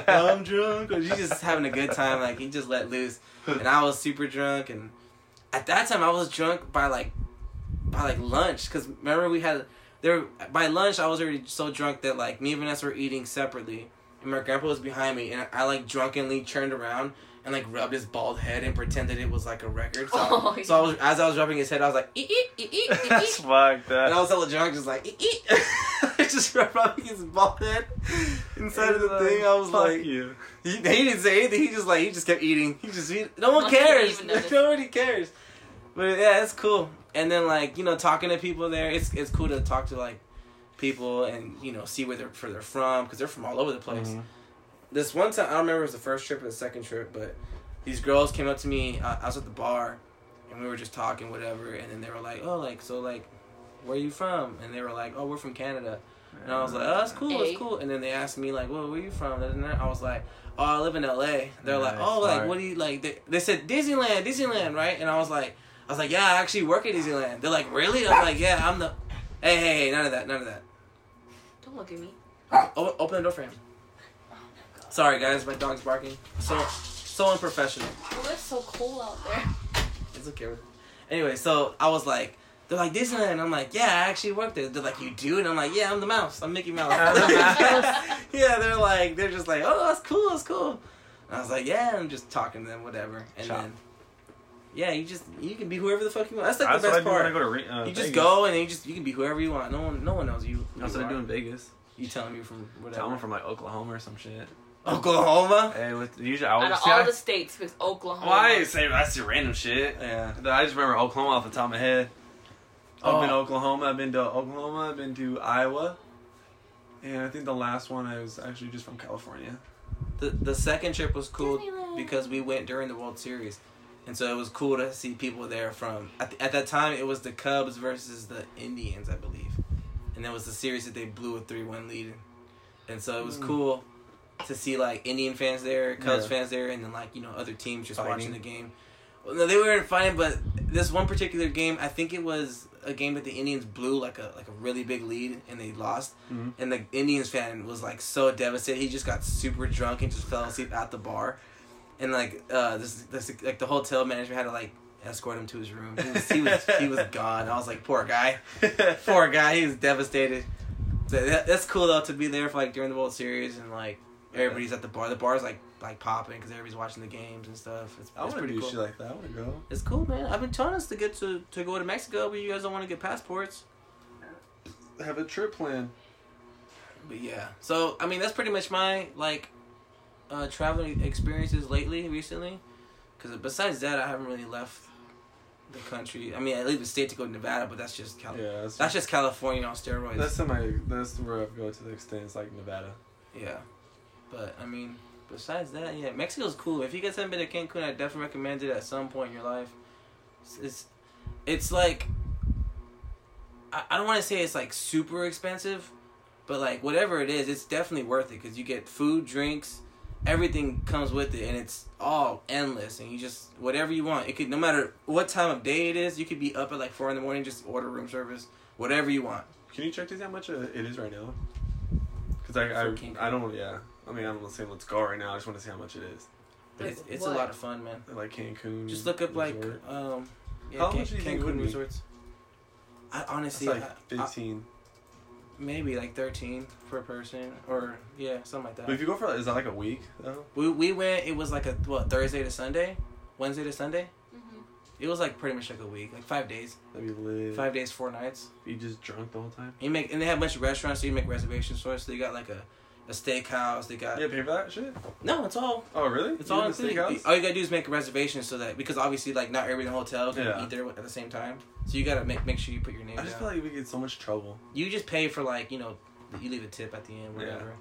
S2: I'm drunk. Or She's just having a good time. Like he just let loose, and I was super drunk. And at that time, I was drunk by like by like lunch. Cause remember we had there by lunch. I was already so drunk that like me and Vanessa were eating separately, and my grandpa was behind me, and I like drunkenly turned around. And like rubbed his bald head and pretended it was like a record. So,
S1: Oh,
S2: so I was as I was rubbing his head, I was like, eat, eat, eat, eat,
S3: That's fucked up.
S2: and I was hella drunk, just like, eat, eat. just rubbing his bald head inside of the
S3: It's
S2: thing. I was
S3: fuck
S2: like,
S3: you.
S2: he, he didn't say anything. He just like he just kept eating. He just he, no one
S1: Nobody
S2: cares.
S1: even noticed.
S2: Nobody cares. But yeah, it's cool. And then like you know talking to people there, it's it's cool to talk to like people and you know see where they're where they're from because they're from all over the place.
S3: Mm-hmm.
S2: This one time I don't remember if it was the first trip or the second trip, but these girls came up to me. uh, I, I was at the bar, and we were just talking whatever. And then they were like, oh like so like, where you from? And they were like, oh we're from Canada. And I was like, oh, that's cool,
S1: Hey.
S2: that's cool. And then they asked me, like, well, where you from? And I was like, oh, I live in LA. They're like,
S3: Nice,
S2: oh, like,
S3: smart.
S2: what do you, like, they, they said Disneyland, Disneyland, right? And I was like, I was like, yeah, I actually work at Disneyland. They're like, really? I'm like, yeah, I'm the, hey, hey, hey, none of that, none of that.
S1: Don't look at me.
S2: O- open the door for him.
S1: Oh my god.
S2: Sorry, guys, my dog's barking. So, so unprofessional.
S1: Well, Oh, it's so cold out there.
S2: It's okay. Anyway, so I was like, they're like Disneyland. And I'm like, yeah, I actually worked there. They're like, you do? And I'm like, yeah, I'm the mouse. I'm Mickey Mouse. yeah, they're like, they're just like, oh, that's cool, that's cool. And I was like, yeah, I'm just talking to them, whatever. And
S3: Shop.
S2: then, yeah, you just you can be whoever the fuck you want. That's like
S3: That's
S2: the
S3: what I
S2: best
S3: do when I
S2: part.
S3: go to re- uh,
S2: you just
S3: Vegas.
S2: go and then you just you can be whoever you want. No one no one knows you. who
S3: That's
S2: you
S3: what I do
S2: are.
S3: in Vegas.
S2: You telling me from
S3: Tell them
S2: whatever
S3: from like Oklahoma or some shit.
S2: Oklahoma?
S3: Hey, with, usually I
S1: Out
S3: always
S1: of
S3: Oh, see,
S1: all
S3: I,
S1: the states, because Oklahoma.
S3: why say that's your random shit.
S2: Yeah.
S3: I just remember Oklahoma off the top of my head. I've been to
S2: Oh.
S3: Oklahoma. I've been to Oklahoma. I've been to Iowa. And I think the last one I was actually just from California.
S2: The the second trip was cool
S1: Disneyland.
S2: because we went during the World Series. And so it was cool to see people there from at, the, at that time it was the Cubs versus the Indians, I believe. And that was the series that they blew a 3-1 lead. And so it was
S3: Mm.
S2: cool to see like Indian fans there, Cubs
S3: Yeah.
S2: fans there and then like, you know, other teams just watching
S3: Fighting.
S2: the game. Well, no, they weren't fighting, but this one particular game, I think it was a game that the Indians blew like a like a really big lead and they lost
S3: Mm-hmm.
S2: and the Indians fan was like so devastated. He just got super drunk and just fell asleep at the bar, and like uh, this, this like the hotel management had to like escort him to his room. He was he was, he was gone. I was like, poor guy, poor guy. He was devastated. So that, that's cool though to be there for like during the World Series and like everybody's at the bar. The bar's like like popping because everybody's watching the games and stuff. It's,
S3: I
S2: it's
S3: want to
S2: pretty
S3: do
S2: cool.
S3: shit like that. I want to go.
S2: it's cool, man. I've been telling us to get to to go to Mexico, but you guys don't want to get passports.
S3: Have a trip plan.
S2: But yeah, so I mean that's pretty much my like uh, traveling experiences lately, recently. Because besides that, I haven't really left the country. I mean, I leave the state to go to Nevada, but that's just Cali-
S3: Yeah, that's,
S2: that's
S3: that's,
S2: just California on steroids.
S3: semi, that's where I've gone to the extent. It's like Nevada.
S2: yeah, but I mean besides that, yeah, Mexico's cool. If you guys haven't been to Cancun, I definitely recommend it at some point in your life. It's it's, it's like I, I don't want to say it's like super expensive, but like whatever it is, it's definitely worth it because you get food, drinks, everything comes with it, and it's all endless. And you just whatever you want, it could no matter what time of day it is, you could be up at like four in the morning, just order room service, whatever you want.
S3: Can you check to see how much uh, it is right now? Because I,
S2: For Cancun.
S3: I, I don't, yeah. I mean, I'm not saying let's go right now. I just want to see how much it is.
S2: But
S1: Like
S2: it's, it's a
S1: what?
S2: lot of fun, man.
S3: Like Cancun.
S2: Just look up like
S3: Mm, resort.
S2: um yeah,
S3: How
S2: Can-
S3: much do you think
S2: Cancun
S3: would be?
S2: resorts. I
S3: That's
S2: honestly,
S3: like
S2: I, I,
S3: 15.
S2: maybe like thirteen per person, or yeah, something like
S3: But if
S2: that.
S3: you go for like, is that like a week though?
S2: We we went. It was like a what Thursday to Sunday, Wednesday to Sunday.
S1: hmm
S2: It was like pretty much like a week, like five days,
S3: That'd be lit.
S2: five days, four nights.
S3: You just drunk the whole time.
S2: You make and they have a bunch of restaurants, so you make reservations for us. So you got like a, a steakhouse. They got
S3: Yeah, pay for that shit.
S2: no, it's all
S3: Oh really?
S2: it's
S3: You
S2: all
S3: did the
S2: included.
S3: steakhouse?
S2: All you gotta do is make a reservation so that because obviously like not every hotel can
S3: Yeah.
S2: eat there at the same time. So you gotta make make sure you put your name.
S3: I just
S2: down.
S3: feel like we get so much trouble.
S2: you just pay for like you know you leave a tip at the end
S3: Yeah.
S2: whatever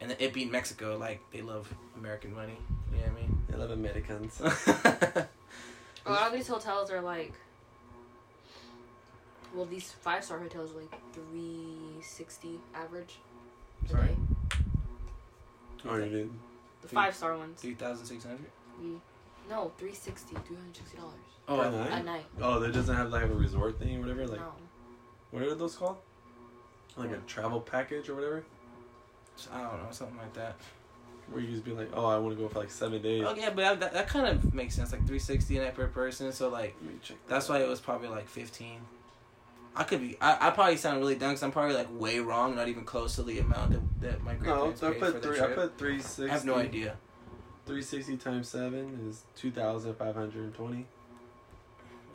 S2: and then it being mexico like they love american money you know what i mean
S3: I love Americans.
S1: A lot of these hotels are like, well, these five star hotels are like three sixty average. a
S2: Sorry?
S1: day.
S3: or even
S1: The five star ones.
S2: 3600
S1: We- no, 360 $360
S2: oh
S3: Per night?
S1: a night.
S3: oh, that doesn't have like a resort thing or whatever. Like
S1: no.
S3: what are those called? Like a travel package or whatever.
S2: i don't know something like that
S3: Where you just be like, oh, I want to go for like seven days.
S2: oh yeah but that, that, that kind of makes sense like 360 a night per person so like
S3: Let me check.
S2: that's why it was probably like 15 i could be i, I probably sound really dumb 'cause i'm probably like way wrong not even close to the amount that, that my great
S3: No,
S2: parents
S3: I
S2: paid for
S3: put
S2: the
S3: three. I
S2: trip
S3: put three sixty.
S2: I have no idea
S3: Three sixty times seven is two thousand five hundred and twenty.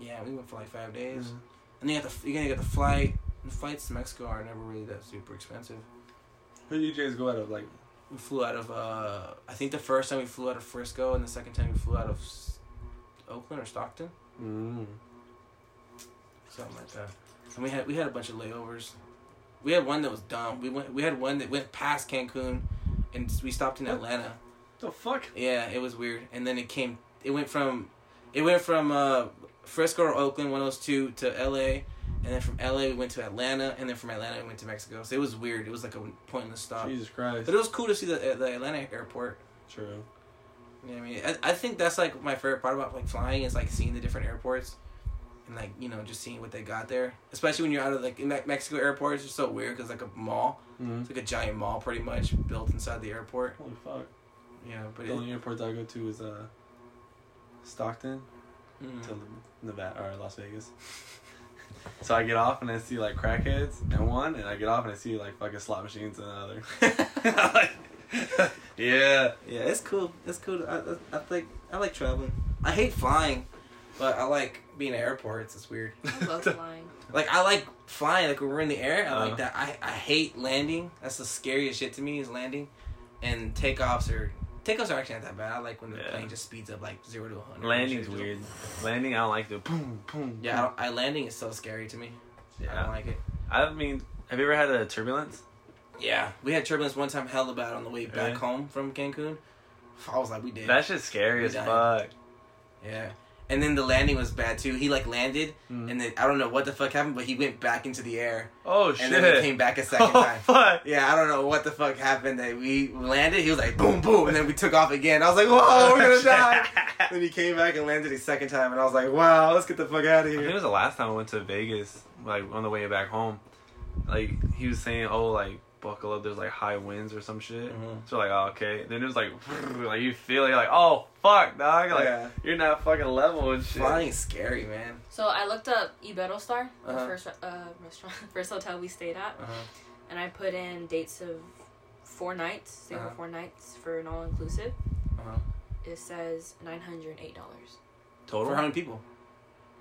S2: yeah we went for like five days and you got the you're gonna get the flight. The flights to Mexico are never really that super expensive.
S3: Who do you guys go out of? Like,
S2: We flew out of uh, I think the first time we flew out of Frisco, and the second time we flew out of S- Oakland or Stockton,
S3: mm.
S2: something like that. And we had we had a bunch of layovers. We had one that was dumb. We went we had one that went past Cancun, and we stopped in Atlanta.
S3: the fuck?
S2: Yeah, it was weird. And then it came. It went from, it went from uh, Frisco or Oakland, one of those two, to L.A. And then from L.A. we went to Atlanta, and then from Atlanta we went to Mexico. So it was weird. It was like a pointless stop.
S3: Jesus Christ.
S2: But it was cool to see the uh, the Atlanta airport.
S3: True.
S2: You know what I mean? I, I think that's like my favorite part about like flying is like seeing the different airports. And like you know, just seeing what they got there, especially when you're out of like in Me- Mexico airports, it's so weird because like a mall,
S3: Mm.
S2: it's like a giant mall pretty much built inside the airport.
S3: Holy fuck.
S2: Yeah, but
S3: The
S2: it,
S3: only airport that I go to is uh, Stockton
S2: mm.
S3: to Nevada or Las Vegas. so I get off and I see like crackheads in one, and I get off and I see like fucking slot machines in another.
S2: mm.
S3: yeah.
S2: Yeah, it's cool. It's cool. I, I, I like I like traveling. I hate flying, but I like being at airports. It's weird.
S1: I love flying.
S2: Like I like flying. Like when we're in the air, I
S3: Uh-huh.
S2: like that. I, I hate landing. That's the scariest shit to me is landing, and takeoffs are takeoffs are actually not that bad. I like when the
S3: Yeah.
S2: plane just speeds up like zero to a hundred.
S3: Landing's
S2: Shit.
S3: weird. Landing, I don't like the boom, boom.
S2: Yeah, I, don't, I landing is so scary to me. I don't
S3: Yeah.
S2: like it.
S3: I mean, have you ever had a turbulence?
S2: Yeah, we had turbulence one time. Hell about on the way back
S3: Really?
S2: home from Cancun. I was like, we did.
S3: That shit's scary as
S2: Yeah.
S3: fuck.
S2: yeah, and then the landing was bad too. He like landed.
S3: Mm-hmm.
S2: And then I don't know what the fuck happened, but he went back into the air
S3: oh shit!
S2: and then he came back a second
S3: oh
S2: time.
S3: fuck!
S2: Yeah, I don't know what the fuck happened. That we landed, he was like boom boom, and then we took off again. I was like, whoa,
S3: Oh,
S2: we're gonna die. then he came back and landed a second time, and I was like, wow, let's get the fuck out of
S3: I think it
S2: here.
S3: was the last time I went to Vegas, like on the way back home. Like he was saying, oh, like buckle up, there's like high winds or some shit.
S2: Mhm.
S3: So like, oh, okay. Then it was like, like you feel it, you're like, oh fuck, dog, like
S2: Yeah.
S3: you're not fucking level and shit.
S2: Flying is scary, man.
S1: So I looked up Iberostar, the
S2: Uh-huh.
S1: first uh, restaurant, first hotel we stayed at,
S2: Uh-huh.
S1: and I put in dates of four nights. They
S2: Uh-huh.
S1: were four nights for an all inclusive.
S2: Uh-huh.
S1: It says nine hundred and eight dollars.
S2: For
S3: Total.
S2: how many people?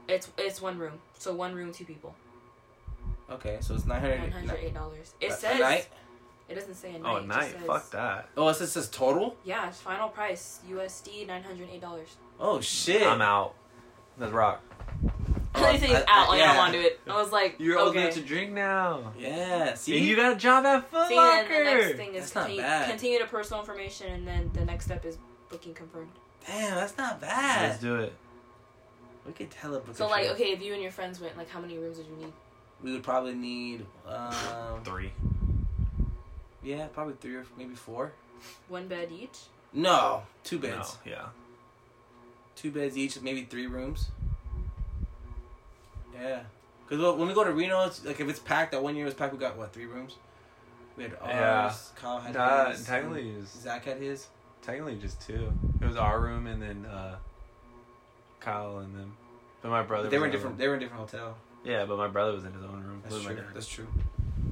S1: It's it's one room, so one room, two people.
S2: Okay, so it's nine
S1: Nine
S2: hundred.
S1: hundred eight dollars. It
S2: a
S1: says
S2: night?
S1: it doesn't say a night.
S3: Oh,
S1: it just
S3: night.
S1: says-
S3: Fuck that.
S2: Oh, it says total.
S1: Yeah, it's final price USD nine hundred eight dollars.
S2: Oh shit.
S3: I'm out. Let's rock.
S2: Oh,
S1: They say it's out.
S2: I- I-
S1: Like I don't
S2: yeah.
S1: want to do it. I was like,
S3: You're old
S1: okay.
S3: enough to drink now.
S2: Yeah. See,
S3: And you got a job at Foot
S1: See,
S3: Locker.
S1: and then the next thing is
S2: That's not
S1: conti-
S2: bad.
S1: continue to personal information, and then the next step is booking confirmed.
S2: damn, that's not
S3: Let's
S2: bad.
S3: do it.
S2: We could teleportation.
S1: So like, okay, if you and your friends went, like, how many rooms would you need?
S2: we would probably need um,
S3: Three.
S2: Yeah, probably three or maybe four.
S1: One bed each.
S2: No, two beds.
S3: No, yeah.
S2: Two beds each, maybe three rooms. Yeah, because when we go to Reno, it's, like if it's packed, that one year it was packed. We got what three rooms? We had ours.
S3: Yeah.
S2: Kyle had
S3: Nah,
S2: his.
S3: technically it was
S2: Zach had his.
S3: technically just two. It was our room and then uh, Kyle and them. But my brother.
S2: they
S3: was
S2: were in
S3: in a
S2: different. They were in different hotel.
S3: room. Yeah, but my brother was in his own room.
S2: That's
S3: with my
S2: true.
S3: dad.
S2: That's true.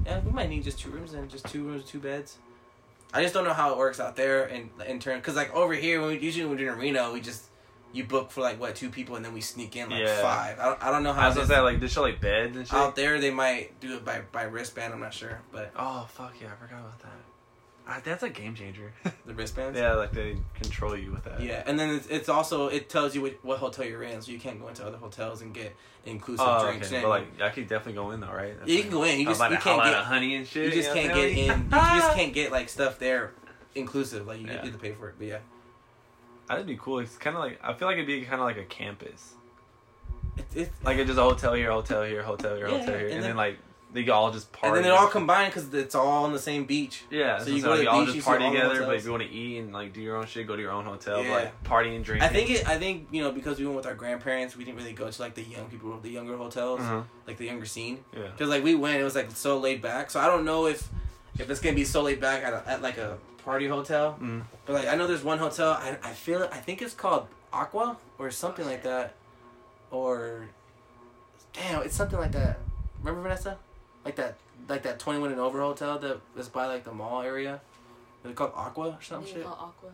S2: yeah, we might need just two rooms and just two rooms, two beds. I just don't know how it works out there in in turn, cause like over here when we usually when we're doing Reno, we just you book for like what two people and then we sneak in like
S3: Yeah.
S2: five. I don't, I don't know
S3: I
S2: how
S3: was gonna
S2: this-
S3: say like they show like beds and shit.
S2: out there they might do it by by wristband. I'm not sure, but
S3: oh fuck yeah, I forgot about that. Ah, that's a game changer.
S2: the wristbands.
S3: yeah, like they control you with that.
S2: Yeah, and then it's, it's also it tells you what, what hotel you're in, so you can't go into other hotels and get inclusive
S3: Oh,
S2: drinks.
S3: okay.
S2: and
S3: But like, I could definitely go in though, right? That's
S2: Yeah, you
S3: like-
S2: can go in. You
S3: I was
S2: just
S3: about
S2: you
S3: to howl
S2: can't
S3: out
S2: get
S3: of honey and shit.
S2: you just
S3: know
S2: can't
S3: what I'm
S2: get in. You
S3: saying?
S2: just can't get like stuff there, inclusive. Like you
S3: Yeah.
S2: get to pay for it. But yeah,
S3: That'd be cool. It's kind of like I feel like it'd be kind of like a campus.
S2: it's, it's
S3: Like it's just a hotel here, hotel here, hotel here,
S2: Yeah,
S3: hotel
S2: yeah,
S3: here,
S2: and
S3: and,
S2: then-
S3: then, like they all just party.
S2: and then it all combined because it's all on the same beach.
S3: Yeah,
S2: So
S3: so,
S2: you
S3: you
S2: go to the
S3: all
S2: beach,
S3: just
S2: you see
S3: party
S2: all the
S3: together. But
S2: hotels.
S3: if you want to eat and like do your own shit, go to your own hotel.
S2: Yeah.
S3: but, Like party and drink.
S2: I think it. I think you know because we went with our grandparents, we didn't really go to like the young people, the younger hotels,
S3: Uh-huh.
S2: like the younger scene.
S3: Yeah.
S2: Because like we went, it was like so laid back. So I don't know if if it's gonna be so laid back at, a, at like a party hotel.
S3: Mm.
S2: But like I know there's one hotel. I I feel I think it's called Aqua or something like that, or damn, it's something like that. Remember Vanessa? Like that, like that twenty one and over hotel that was by like the mall area. Is it called Aqua or some
S1: You
S2: shit?
S1: call Aqua.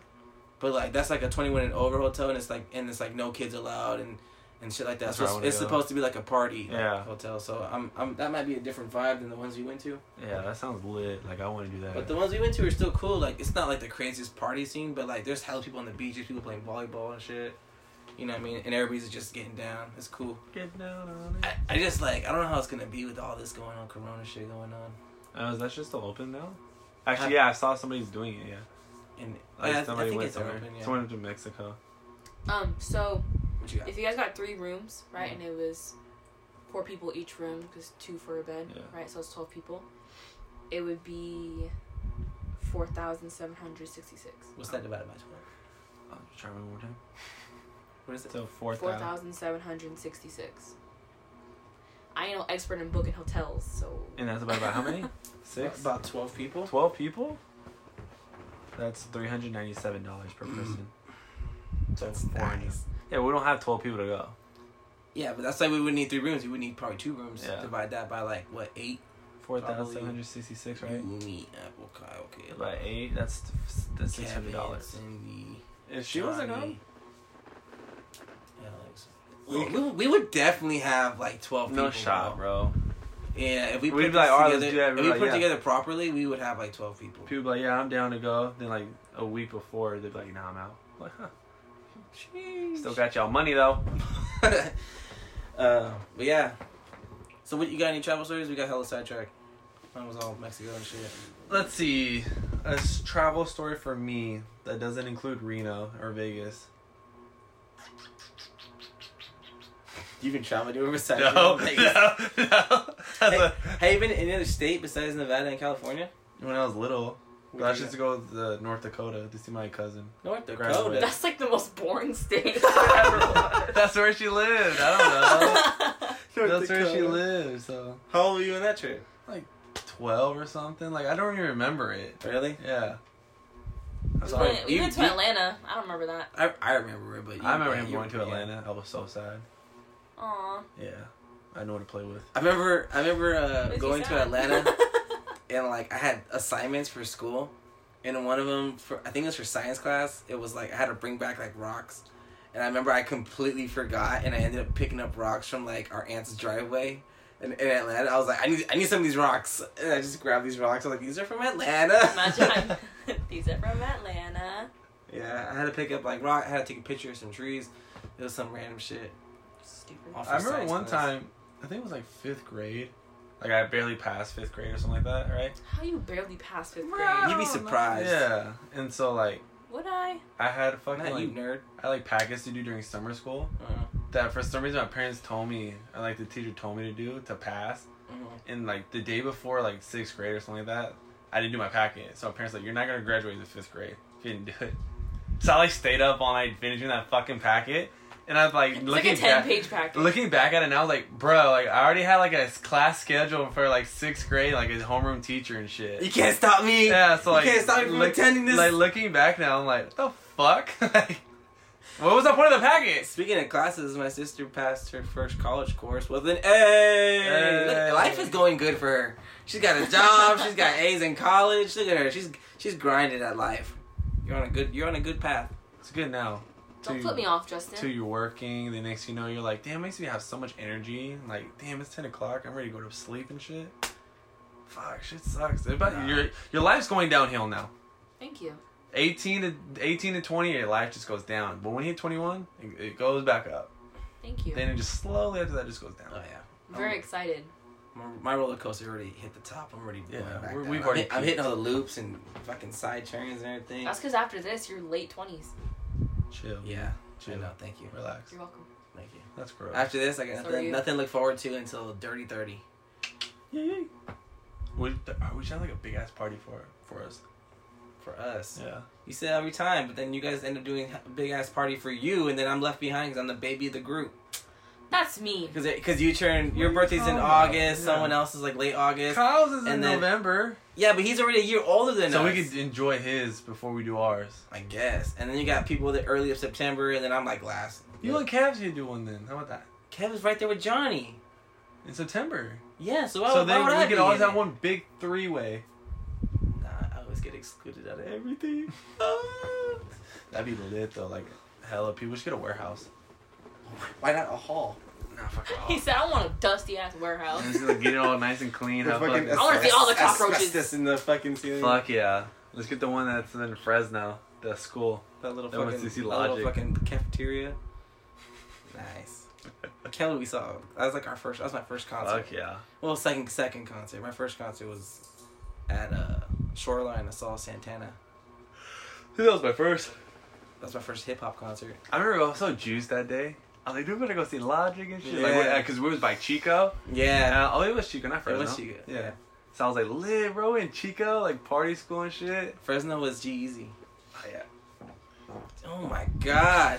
S2: But like that's like a twenty one and over hotel, and it's like and it's like no kids allowed and and shit like that.
S3: That's
S2: so
S3: where I
S2: it's,
S3: wanna
S2: it's
S3: go.
S2: supposed to be like a party like,
S3: Yeah.
S2: hotel. So I'm I'm that might be a different vibe than the ones we went to.
S3: Yeah, that sounds lit. Like I want to do that.
S2: But the ones we went to are still cool. Like it's not like the craziest party scene, but like there's hella people on the beaches, people playing volleyball and shit. You know what I mean? And everybody's just getting down. It's cool.
S3: Get down on
S2: I, I just like I don't know how it's gonna be with all this going on, Corona shit going on.
S3: Oh, is that shit still open now? Actually, yeah, I saw somebody's doing it. Yeah,
S2: And
S3: like
S2: yeah, I, I
S3: somebody
S2: think
S3: went
S2: it's
S3: somewhere.
S2: open. Yeah.
S3: Someone went to Mexico.
S1: Um, so
S2: What you got?
S1: if you guys got three rooms, right,
S2: Mm-hmm.
S1: and it was four people each room, because two for a bed,
S3: Yeah.
S1: right, so it's 12 people, it would be 4,766.
S2: What's that divided by twelve?
S3: I'll try one more time.
S2: What is it?
S3: So four thousand.
S1: 4,766. I ain't no expert in booking hotels, so.
S3: And that's about, about how many? Six.
S2: About twelve people.
S3: 12 people? That's $397 per
S2: Mm.
S3: person. So
S2: That's
S3: 400.
S2: nice.
S3: Yeah, we don't have 12 people to go.
S2: Yeah, but that's like we would need three rooms. We would need probably two rooms.
S3: Yeah.
S2: Divide that by like what eight?
S3: 4,766, right?
S2: You, me, Apple, Kai, okay.
S3: By 8, eh, that's that's
S2: Kevin,
S3: $600.
S2: Cindy,
S3: If she wasn't
S2: Johnny,
S3: gone,
S2: Alex.
S3: We
S2: We, we, we would definitely have like twelve.
S3: no
S2: people,
S3: shot, bro.
S2: Yeah, if we
S3: We'd
S2: put
S3: be like,
S2: this
S3: "All right, let's
S2: together,
S3: do that."
S2: if
S3: We're
S2: we
S3: like,
S2: put it
S3: yeah.
S2: together properly, we would have like twelve people.
S3: People be like, yeah, I'm down to go. Then, like, a week before, they'd be like, nah, I'm out. I'm like, huh. Still got y'all money, though.
S2: uh, but yeah. So what you got? Any travel stories? We got hella sidetracked. Mine was all Mexico and shit.
S3: Let's see. A s- travel story for me that doesn't include Reno or Vegas.
S2: You can travel to a side.
S3: No, no, no. That's
S2: Hey,
S3: a-
S2: have you been in any other state besides Nevada and California?
S3: When I was little, but I
S2: Where'd
S3: was
S2: you
S3: just to go to the North Dakota to see my cousin.
S2: North
S3: Graduate.
S2: Dakota.
S1: That's like the most boring state I ever was.
S3: That's where she lived. I don't know. That's where she lived. So
S2: How old were you on that trip?
S3: twelve or something. Like I don't even remember it.
S2: Really?
S3: Yeah.
S1: We
S3: I'm
S2: Sorry,
S1: went, we
S2: you-
S1: went to
S2: you-
S1: Atlanta. I don't remember that.
S2: I, I remember it, but you,
S3: I remember
S2: yeah,
S3: him
S2: you
S3: going to
S2: were- yeah.
S3: Atlanta. I was so sad.
S1: Aw.
S3: Yeah. I know what to play with.
S2: I remember I remember uh,
S1: Makes me
S2: going to
S1: sad.
S2: Atlanta and like I had assignments for school, and one of them for I think it was for science class. It was like I had to bring back like rocks, and I remember I completely forgot, and I ended up picking up rocks from like our aunt's driveway. In, in Atlanta, I was like, I need, I need some of these rocks, and I just grabbed these rocks. I was like, these are from Atlanta.
S1: Imagine I'm, these are from Atlanta.
S2: Yeah, I had to pick up like rock. I had to take a picture of some trees. It was some random shit.
S1: Stupid.
S2: Off-
S3: I remember
S2: science
S3: one
S2: class.
S3: time. I think it was like fifth grade. Like I barely passed fifth grade or something like that, right?
S1: How you barely passed fifth
S3: Bro.
S1: grade?
S2: You'd be surprised.
S3: Yeah. And so like
S1: Would I?
S3: I had fucking
S2: Not
S3: like
S2: you, nerd.
S3: I had, like packets to do during summer school
S2: Uh-huh.
S3: that for some reason my parents told me or like the teacher told me to do to pass. and like the day before like sixth grade or something like that, I didn't do my packet. So my parents like, you're not gonna graduate the fifth grade if you didn't do it. So I like stayed up all night finishing that fucking packet, and I was like
S1: It's like
S3: looking
S1: a ten
S3: back,
S1: page packet.
S3: looking back at it now, I was like, bro, like I already had like a s- class schedule for like sixth grade, like a homeroom teacher and
S2: You
S3: shit.
S2: can't stop me.
S3: Yeah, so
S2: you
S3: like
S2: can't stop me from
S3: look-
S2: attending this.
S3: Like looking back now, I'm like, what the fuck. like, What was the point of the packet?
S2: Speaking of classes, my sister passed her first college course with an A.
S3: Hey.
S2: Look, life is going good for her. She's got a job. she's got A's in college. Look at her. She's she's grinding at life. You're on a good you're on a good path.
S3: It's good now.
S1: Don't
S3: Two-
S1: put me off,
S3: Till
S1: Justin.
S3: you're working, the next you know, you're like, damn, makes me have so much energy. Like, damn, it's ten o'clock. I'm ready to go to sleep and shit. Fuck, shit sucks. But
S2: Nah.
S3: your your life's going downhill now.
S1: Thank you.
S3: 18 to 18 to 20, your life just goes down. But when you hit 21, it, it goes back up.
S1: Thank you.
S3: Then it just slowly after that just goes down.
S2: Oh yeah.
S1: I'm very excited.
S2: My, my roller coaster already hit the top. I'm already
S3: Yeah,
S2: going back
S3: we're-
S2: down.
S3: we've
S2: I'm
S3: already
S2: hit- I'm,
S3: peaked.
S2: hitting all the loops and fucking side turns and everything.
S1: That's because after this, you're late 20s.
S3: Chill.
S2: yeah. I
S3: Chill.
S2: know. Thank you.
S3: Relax.
S1: You're welcome.
S2: Thank you.
S3: That's gross.
S2: After this, I
S1: So
S2: got
S1: are you.
S2: nothing, nothing to look forward to until dirty thirty.
S3: yeah, yeah. We, th- we should have like a big ass party for for us.
S2: For us,
S3: Yeah.
S2: you say every time, but then you guys end up doing a big ass party for you, and then I'm left behind because I'm the baby of the group.
S1: That's me.
S2: Because because you turn
S3: What are
S2: your
S3: you
S2: birthday's in
S3: talking about?
S2: August,
S3: Yeah.
S2: someone else is like late August.
S3: Kyle's is in
S2: And then-
S3: November.
S2: Yeah, but he's already a year older than
S3: So
S2: us.
S3: we could enjoy his before we do ours.
S2: I guess. And then you got people that early of September, and then I'm like last.
S3: You and Cavs should do one then. How about that?
S2: Kevin's right there with Johnny.
S3: In September.
S2: Yeah, so why,
S3: so
S2: so
S3: then
S2: why would
S3: we
S2: I
S3: could
S2: be
S3: always
S2: in
S3: have
S2: it?
S3: one big three way.
S2: Nah, I always get excluded out of everything.
S3: That'd be lit though. Like, hella people should get a warehouse.
S2: Why not a hall?
S3: Nah, fuck all.
S1: He said, I want a dusty ass warehouse.
S3: Just, like, get it all nice and clean.
S2: The
S3: Have
S2: fucking
S3: fucking-
S1: I wanna see all the cockroaches.
S2: asbestos in the fucking ceiling.
S3: Fuck yeah. Let's get the one that's in Fresno, the school.
S2: That little
S3: That
S2: fucking,
S3: wants to see
S2: that little
S3: logic.
S2: fucking cafeteria. Nice. Kelly, we saw. That was like our first. That was my first concert.
S3: Fuck yeah.
S2: Well, second second concert. My first concert was at uh, Shoreline. I saw Santana.
S3: That was my first.
S2: That's my first hip hop concert.
S3: I remember I was so juiced that day. I was like, dude, we better go see Logic and shit.
S2: Yeah.
S3: Like, because we was by Chico.
S2: Yeah.
S3: Uh, oh, it was Chico, not Fresno.
S2: was Chico, yeah.
S3: So I was like, lit, bro, in Chico, like party school and shit.
S2: Fresno was G Easy.
S3: Oh, yeah.
S2: Oh my god.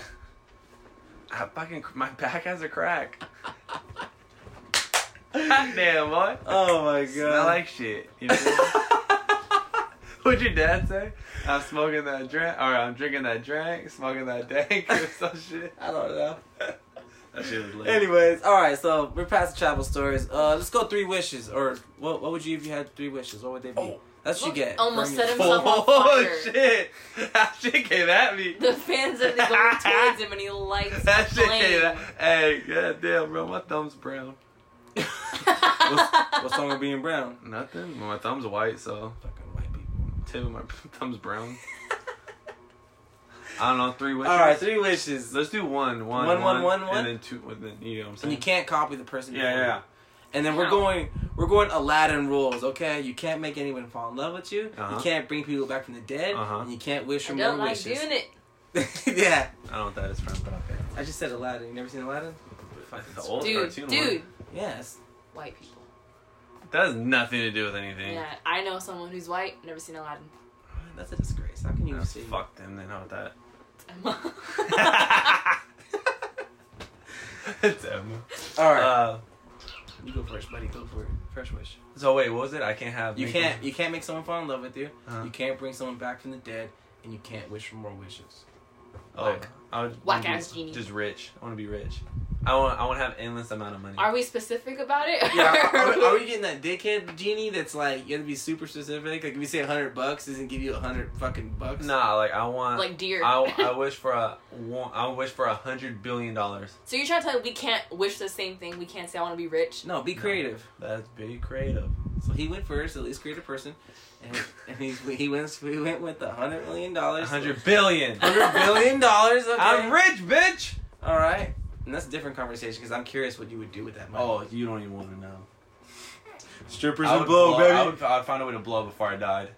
S3: I fucking, my back has a crack. Hot damn, boy.
S2: Oh my god.
S3: Smell like shit. You know? What'd your dad say? I'm smoking that drink, or I'm drinking that drink, smoking that dank, or some shit.
S2: I don't know.
S3: That shit was lit.
S2: Anyways, all right. So we're past the travel stories. Uh, let's go three wishes, or what? What would you if you had three wishes? What would they be?
S3: Oh.
S2: That's what you get.
S1: Almost
S2: Burn
S1: said
S2: your-
S1: him.
S3: Oh,
S1: Motherfucker.
S3: shit! That shit came at me.
S1: The fans are going towards him and he lights the
S3: That shit came
S1: flame.
S3: at. Hey, goddamn, bro, my thumb's brown.
S2: What's wrong with being brown?
S3: Nothing. Well, my thumb's white, so
S2: Fucking white people.
S3: tip of my thumb's brown. I don't know. Three wishes.
S2: All right, three wishes.
S3: Let's do one, one,
S2: One, one, one, one?
S3: and then two. And then you know what I'm
S2: And
S3: saying.
S2: you can't copy the person.
S3: yeah,
S2: before
S3: yeah,
S2: you.
S3: yeah.
S2: And then we're
S1: How?
S2: going, we're going Aladdin rules. Okay, you can't make anyone fall in love with you.
S3: Uh-huh.
S2: You can't bring people back from the dead.
S3: Uh-huh.
S2: And you can't wish
S1: I
S2: for more
S1: don't like
S2: wishes.
S1: doing it.
S2: yeah,
S3: I don't know what that is from, but okay.
S2: I just said Aladdin. You never seen Aladdin?
S3: That's the old
S1: Dude,
S3: cartoon
S1: dude,
S3: One.
S2: Yes.
S1: white people.
S3: That has nothing to do with anything.
S1: Yeah, I know someone who's white, never seen Aladdin.
S2: That's a disgrace. How can you
S3: Nah,
S2: see?
S3: fuck them. They know what
S1: Emma.
S3: that. it's Emma.
S2: All right,
S3: Uh,
S2: you go first, buddy. Go for it. First wish.
S3: so wait, what was it? I can't have.
S2: You
S3: me-
S2: can't. You can't make someone fall in love with you.
S3: Uh-huh.
S2: You can't bring someone back from the dead, and you can't wish for more wishes.
S3: Oh,
S1: Whack.
S3: I would
S1: Whack
S3: wanna be
S1: ass genie.
S3: Just rich. I want to be rich. I want. I want to have endless amount of money.
S1: Are we specific about it?
S2: Yeah, are, are, are we getting that dickhead genie that's like you have to be super specific? Like if you say hundred bucks, doesn't give you hundred fucking bucks.
S3: Nah, like I
S2: uh,
S3: want.
S1: like deer.
S3: I, I wish for a one. I wish for a hundred billion dollars.
S1: so you're trying to tell me we can't wish the same thing? We can't say I want to be rich.
S2: No, be creative.
S3: That's big creative.
S2: So he went first, the least creative person, and, and he he went he went with the hundred million
S3: A
S2: dollars.
S3: hundred billion.
S2: Hundred billion dollars. Okay.
S3: I'm rich, bitch.
S2: All right, and that's a different conversation because I'm curious what you would do with that money.
S3: Oh, you don't even want to know.
S2: strippers
S3: I would I would, I would find a way to blow before I died.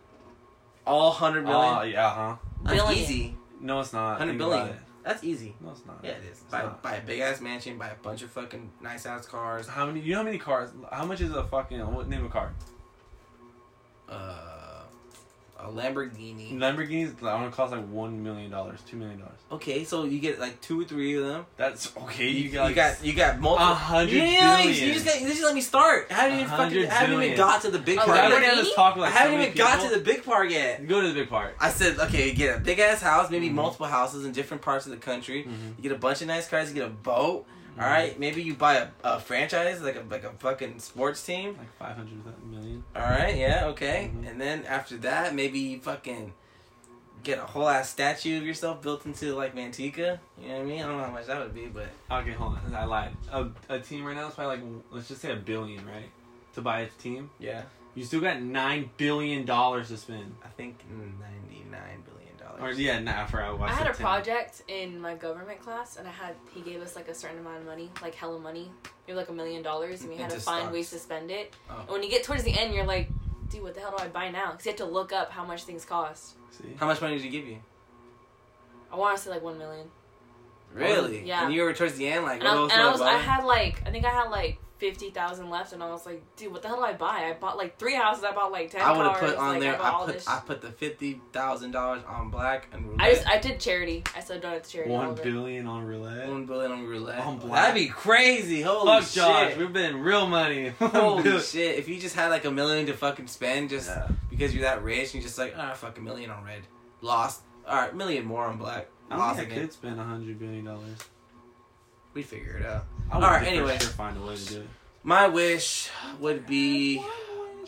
S2: All hundred
S3: Oh
S2: million.
S3: yeah, huh?
S2: that's
S1: Billion.
S2: easy.
S3: No, it's not.
S2: Hundred
S3: Think about
S2: billion.
S3: it.
S2: That's easy.
S3: No, it's not.
S2: Yeah, it is.
S3: It's
S2: Buy,
S3: not.
S2: buy a big ass mansion, buy a bunch of fucking nice ass cars.
S3: How many? You know how many cars? How much is a fucking what name of a car?
S2: Uh, a Lamborghini.
S3: Lamborghinis, I want to cost like one million dollars, two million dollars.
S2: Okay, so you get like two or three of them.
S3: That's okay.
S2: You,
S3: You,
S2: you
S3: got, like,
S2: got you got multiple.
S3: a hundred
S2: You didn't even-
S3: billion.
S2: You just, got, you just let me start. I haven't even
S3: A
S2: fucking.
S3: hundred
S2: I haven't even
S3: billion.
S2: got to the big
S1: Oh,
S2: part.
S1: yeah,
S3: I
S1: what
S3: already
S2: yet.
S3: had this talk with,
S2: I
S3: like, so
S2: haven't
S3: many
S2: even got to
S3: people.
S2: the big part yet. Mm-hmm.
S3: Go to the big part.
S2: I said, okay, you get a big ass house, maybe
S3: Mhm.
S2: multiple houses in different parts of the country.
S3: Mhm.
S2: You get a bunch of nice cars. You get a boat. All right, maybe you buy a, a franchise like a like a fucking sports team.
S3: Like five hundred million.
S2: All right, yeah, okay.
S3: Mhm.
S2: And then after that, maybe you fucking get a whole ass statue of yourself built into like Manteca. You know what I mean? I don't know how much that would be, but
S3: Okay, hold on. I lied. A, a team right now is probably like let's just say a billion, right? To buy a team,
S2: yeah,
S3: you still got nine billion dollars to spend.
S2: I think ninety nine billion dollars.
S3: Or yeah, nah, I forgot. what
S1: I had
S3: said
S1: a
S3: 10.
S1: project in my government class, and I had he gave us like a certain amount of money, like hella money, maybe like a million dollars, and we had
S2: Into
S1: to find
S2: stocks.
S1: ways to spend it.
S2: Oh.
S1: And when you get towards the end, you're like, dude, what the hell do I buy now? Because you have to look up how much things cost.
S3: See,
S2: How much money did he give you?
S1: I want to say like one million.
S2: Really?
S1: Yeah.
S2: And you were towards the end, like,
S1: And, I,
S2: what else
S1: and
S2: do
S1: I
S2: I
S1: was,
S2: buy?
S1: I had like, I think I had like fifty thousand left, and I was like, dude, what the hell do I buy? I bought like three houses. I bought like ten.
S2: I would have
S1: cars,
S2: put on
S1: like, I,
S2: there.
S1: bought
S2: I
S1: all
S2: put
S1: this
S2: I put the fifty thousand dollars on black and roulette.
S1: I just I did charity. I still donated to charity. all
S3: one
S1: of it.
S3: billion on roulette.
S2: one billion on roulette.
S3: On black.
S2: That'd be crazy. Holy
S3: Fuck
S2: shit.
S3: Josh, we've been real money.
S2: Holy shit! If you just had like a million to fucking spend, just
S3: Yeah.
S2: because you're that rich, and you're just like, ah, fuck a million on red, lost. All right, million more on black,
S3: I don't
S2: lost
S3: think I
S2: again.
S3: could spend a hundred billion dollars.
S2: We figure it out.
S3: I would
S2: All right,
S3: for
S2: anyway.
S3: sure find a way to do Uh, it.
S2: My wish would be,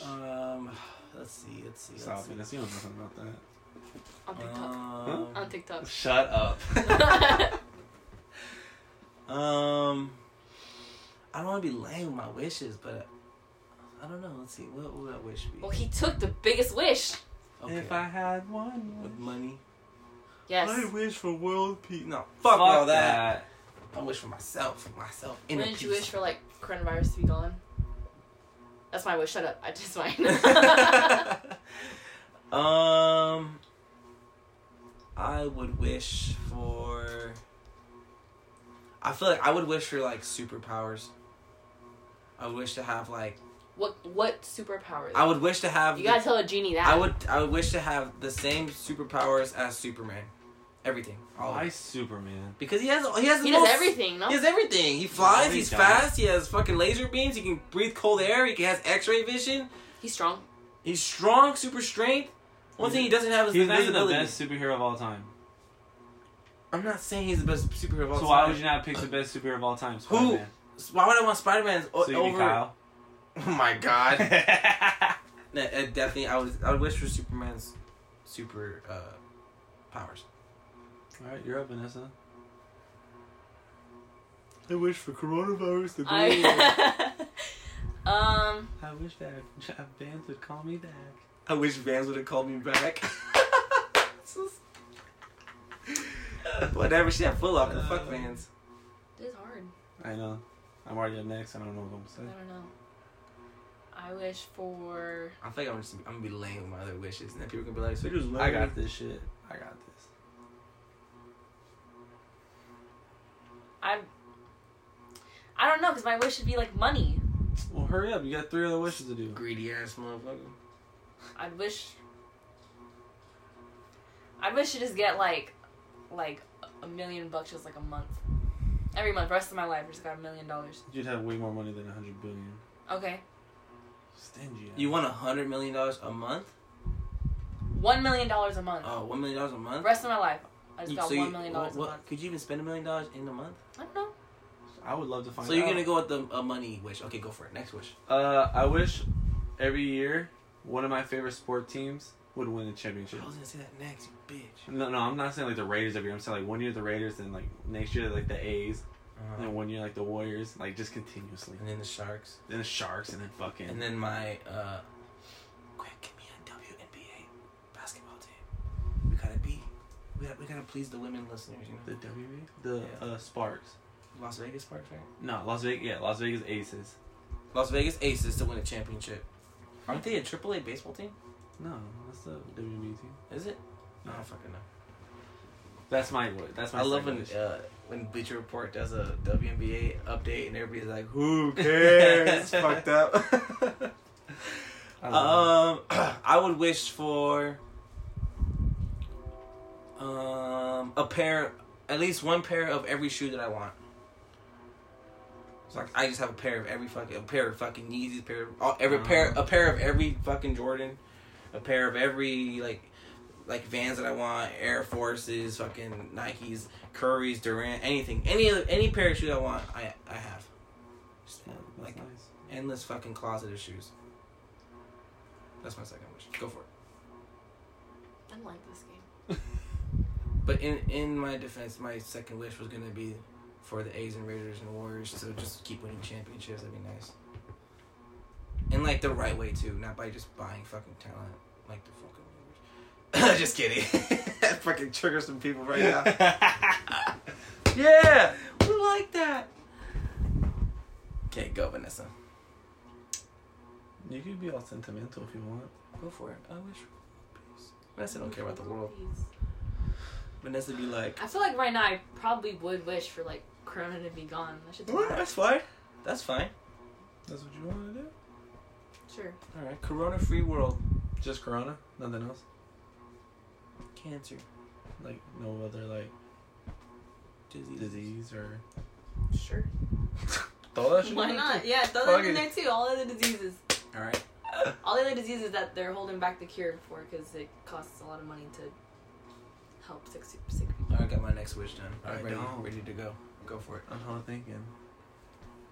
S2: um, let's see, let's see, let's
S3: Stop
S2: see.
S3: it. You don't know nothing about that.
S1: on TikTok. on
S2: Um,
S1: TikTok.
S3: Shut up.
S2: um, I don't want to be lame with my wishes, but I don't know. Let's see, what would that wish be?
S1: well, he took the biggest wish.
S2: Okay.
S3: If I had one,
S2: with money,
S1: Yes.
S2: I wish for world peace. No, fuck, all that. I wish for myself, myself.
S1: When
S2: inner
S1: did you
S2: peace.
S1: wish for like coronavirus to be gone? That's my wish. Shut up. I just mine.
S2: um, I would wish for. I feel like I would wish for like superpowers. I would wish to have like
S1: what what superpower?
S2: I would wish to have.
S1: you
S2: the-
S1: gotta tell a genie that.
S2: I would I would wish to have the same superpowers as Superman, everything. All of
S3: Why
S2: it.
S3: Superman?
S2: because he has he has the
S1: He does
S2: most-
S1: everything. No.
S2: He has everything. He flies.
S3: No, he
S2: he's
S3: don't.
S2: fast. He has fucking laser beams. He can breathe cold air. He has X-ray vision.
S1: He's strong.
S2: He's strong, super strength. One thing he doesn't have is
S3: He's not even the
S2: invisibility.
S3: best superhero of all time.
S2: I'm not saying he's the best superhero of all
S3: so
S2: time.
S3: why would you not pick the best superhero of all time? Spider-Man.
S2: Why would I want Spider-Man o-
S3: So you
S2: over?
S3: uh, over... Kyle.
S2: Oh my god! no, uh, definitely, I would. I would wish for Superman's super uh, powers.
S3: all right, you're up, Vanessa. I wish for coronavirus to
S1: I. um.
S3: I wish that bands would call me back.
S2: I wish Vans would have called me back. Whatever, she had full off. fuck Vans.
S1: This is hard.
S3: I know. I'm already up next. I don't know what I'm
S1: I
S3: saying.
S1: don't know. I wish for.
S2: I think I'm just. I'm gonna be lame with my other wishes, and then people can be like, "So just
S3: I got this shit. I got this.
S1: I. I don't know, cause my wish should be like money.
S3: Well, hurry up. You got three other wishes to do.
S2: greedy ass motherfucker."
S1: I'd wish. I'd wish to just get like, like a million bucks just like a month, every month, rest of my life. I just got a million dollars.
S3: You'd have way more money than 100 billion.
S1: Okay,
S3: Stingy.
S2: You want a hundred million dollars a month?
S1: one million dollars a month,
S2: Oh, one million dollars a month.
S1: rest of my life. I just
S2: You-
S1: got
S2: Mm, so you-
S1: one million dollars a
S2: what-
S1: month.
S2: Could you even spend a million dollars in a month?
S1: I don't know.
S3: I would love to find.
S2: so you're
S3: out.
S2: gonna go with the a money wish. Okay, go for it. Next wish.
S3: Uh, I wish every year one of my favorite sport teams would win a championship.
S2: I was gonna say that next, you bitch.
S3: No, no, I'm not saying like the Raiders every year. I'm saying like one year the Raiders, and like next year like the A's, and then one year like the Warriors, like just continuously.
S2: And then the sharks.
S3: Then the Sharks, and then fucking.
S2: And then my uh, quick, give me a WNBA basketball team. We gotta be, we gotta, we gotta please the women listeners. You know,
S3: the WB, the
S2: Yeah.
S3: uh, Sparks.
S2: the Las Vegas Sparks, right?
S3: No, Las Vegas. Yeah, Las Vegas Aces.
S2: Las Vegas Aces to win a championship. Aren't they a AAA baseball team?
S3: No, that's the WB team.
S2: Is it? I
S3: No.
S2: don't fucking know.
S3: That's my voice. That's my.
S2: I love
S3: second
S2: when
S3: wish.
S2: uh, when Bleacher Report does a WNBA update and everybody's like, "Who cares?" It's fucked up.
S3: I love
S2: Uh, um, I would wish for um, a pair, at least one pair of every shoe that I want. It's like I just have a pair of every fucking, a pair of fucking Yeezys, pair of all,
S3: Uh-huh.
S2: every pair, a pair of every fucking Jordan, a pair of every like, like Vans that I want, Air Forces, fucking Nikes, Currys, Durant, anything, any of any pair of shoes I want, I I have. Just, uh, like
S3: That's nice.
S2: endless fucking closet of shoes. That's my second wish. Go for it.
S1: I don't like this game.
S2: But in in my defense, my second wish was gonna be for the A's and Raiders and Warriors to just keep winning championships. That'd be nice. And like the right way too, not by just buying fucking talent like the fucking Warriors. just kidding. that fucking triggers some people right now. yeah, we like that. Okay, go Vanessa.
S3: you could be all sentimental if you want.
S2: Go for it. I wish. Vanessa don't care about the world. Vanessa be like,
S1: I feel like right now I probably would wish for like Corona to be gone. That should
S2: "Alright, that's fine. That's fine.
S3: That's what you want to do.
S1: Sure.
S2: All right, Corona free world.
S3: Just Corona, nothing else.
S2: Cancer.
S3: Like no other like
S2: disease.
S3: disease or
S1: Sure.
S3: throw that shit
S1: Why
S3: in there,
S1: not?
S3: too.
S1: Yeah, throw
S3: Fuck
S1: that in
S3: it.
S1: there too. All other diseases.
S2: All right.
S1: All the other diseases that they're holding back the cure for because it costs a lot of money to help sick, sick people.
S2: All right, got my next wish done.
S3: I
S2: ready,
S3: don't.
S2: ready to go. Go for it.
S3: I'm hella thinking.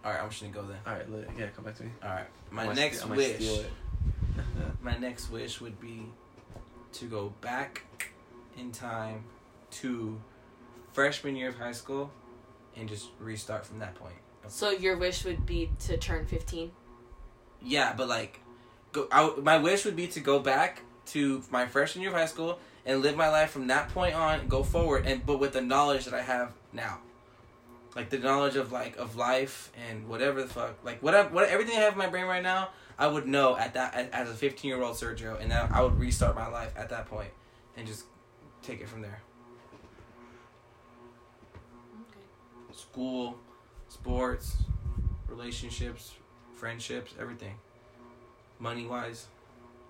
S2: All right, I'm just gonna go then.
S3: All right, look, yeah, come back to me.
S2: All right. My
S3: I might
S2: next
S3: steal- I might
S2: wish.
S3: steal it.
S2: My next wish would be to go back in time to freshman year of high school and just restart from that point.
S1: So your wish would be to turn 15?
S2: Yeah, but like, go. I, w- my wish would be to go back to my freshman year of high school and live my life from that point on, go forward, and but with the knowledge that I have now, like the knowledge of like of life and whatever the fuck, like what I, what everything I have in my brain right now, I would know at that as- as a fifteen year old Sergio, and that I would restart my life at that point, and just take it from there.
S1: Okay.
S2: School, sports, relationships, friendships, everything. Money wise,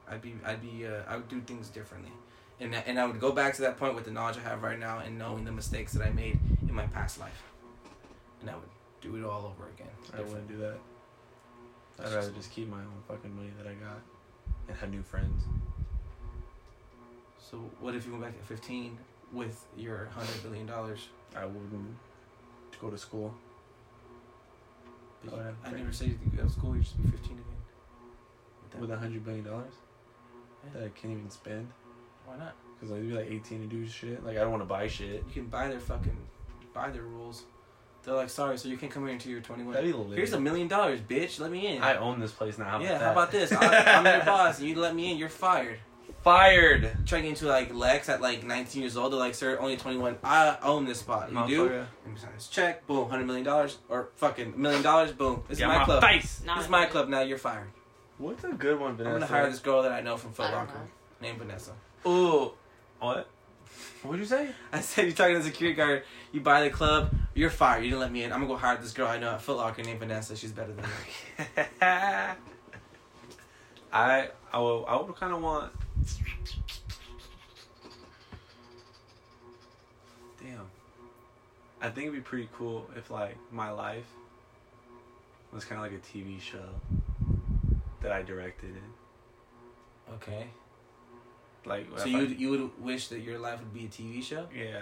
S2: I'd be I'd be uh, I would do things differently, and I- and I would go back to that point with the knowledge I have right now and knowing the mistakes that I made in my past life, and I would do it all over again.
S3: I wouldn't do that. I'd rather just keep my own fucking money that I got and have new friends.
S2: So what if you went back at fifteen with your hundred billion dollars?
S3: I wouldn't go to school.
S2: But
S3: Oh,
S2: you-
S3: yeah.
S2: I never said you could go to school. You just be fifteen again. That-
S3: With a hundred billion dollars
S2: Yeah.
S3: that I can't even spend
S2: why not?
S3: because I'd be like eighteen to do shit. Like I don't want to buy shit.
S2: You can buy their fucking buy their rules. They're like, sorry, so you can't come here until you're twenty one.
S3: That'd be lit.
S2: Here's a million dollars, bitch. Let me in.
S3: I own this place now. How about
S2: yeah,
S3: that?
S2: how about this? I, I'm your boss, and you let me in. You're fired.
S3: Fired.
S2: Trying into like Lex at like 19 years old. They're like, sir, only 21. I own this spot. You do?
S3: Motherfucker.
S2: Let me sign this check. Boom, hundred million dollars or fucking million dollars. Boom. This
S3: Get
S2: is my,
S3: my
S2: club.
S3: face.
S1: Nah,
S2: This is my club. Now you're fired.
S3: What's a good one, Vanessa?
S2: I'm gonna hire this girl that I know from Foot
S1: I don't
S2: Locker,
S1: know.
S2: named Vanessa.
S3: Ooh. What? What'd you say?
S2: I said, you're talking to the security guard. You buy the club. You're fired. You didn't let me in. I'm gonna go hire this girl I know at Foot Locker named Vanessa. She's better than me.
S3: I I would, I would kind of want. Damn. I think it'd be pretty cool if like my life was kind of like a TV show that I directed it.
S2: Okay.
S3: Like
S2: So
S3: if
S2: you
S3: I-
S2: would, you would wish that your life would be a TV show?
S3: yeah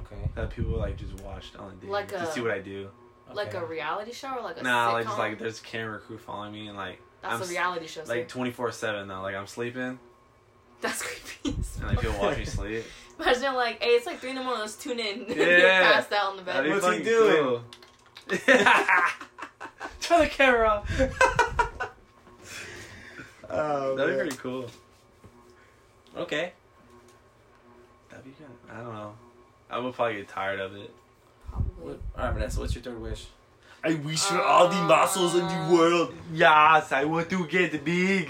S2: Okay.
S3: that people like just watched on the
S1: Like
S3: to
S1: a-
S3: see what I do.
S1: Like
S2: Okay.
S1: a reality show or like a
S3: Nah,
S1: sitcom?
S3: like just like there's camera crew following me and like
S1: That's
S3: I'm
S1: a
S3: s-
S1: reality show.
S3: like
S1: Like,
S3: twenty four seven though. Like I'm sleeping
S1: That's creepy. as
S3: and like
S1: fuck.
S3: people watch me sleep.
S1: Imagine like, hey, it's like three in the morning. Let's tune in. You're
S3: Yeah.
S1: passed out on the
S3: That'd be
S1: bed.
S2: What's he
S3: fucking
S2: doing?
S3: cool. Turn the camera off.
S2: Oh,
S3: That'd be pretty cool.
S2: okay.
S3: That'd be good. I don't know. I would probably get tired of it.
S1: Probably.
S2: What, all right, Vanessa. What's your third wish?
S3: I wish
S1: for all the muscles in
S2: Uh,
S1: the world.
S3: Yes, I want to get big.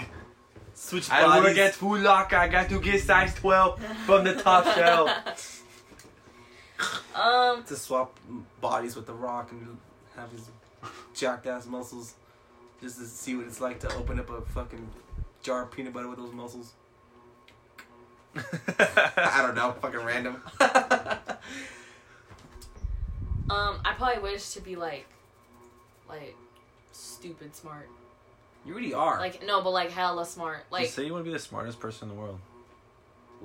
S2: Switch
S3: I want to get full lock. I got to get size 12 from the top shelf.
S1: Um,
S2: to swap bodies with the Rock and have his jacked ass muscles, just to see what it's like to open up a fucking jar of peanut butter with those muscles. I don't know. Fucking random.
S1: Um, I probably wish to be like, like, stupid smart.
S2: you really are. Like,
S1: Like no, but like hella smart. Like
S3: Just say you want to be the smartest person in the world.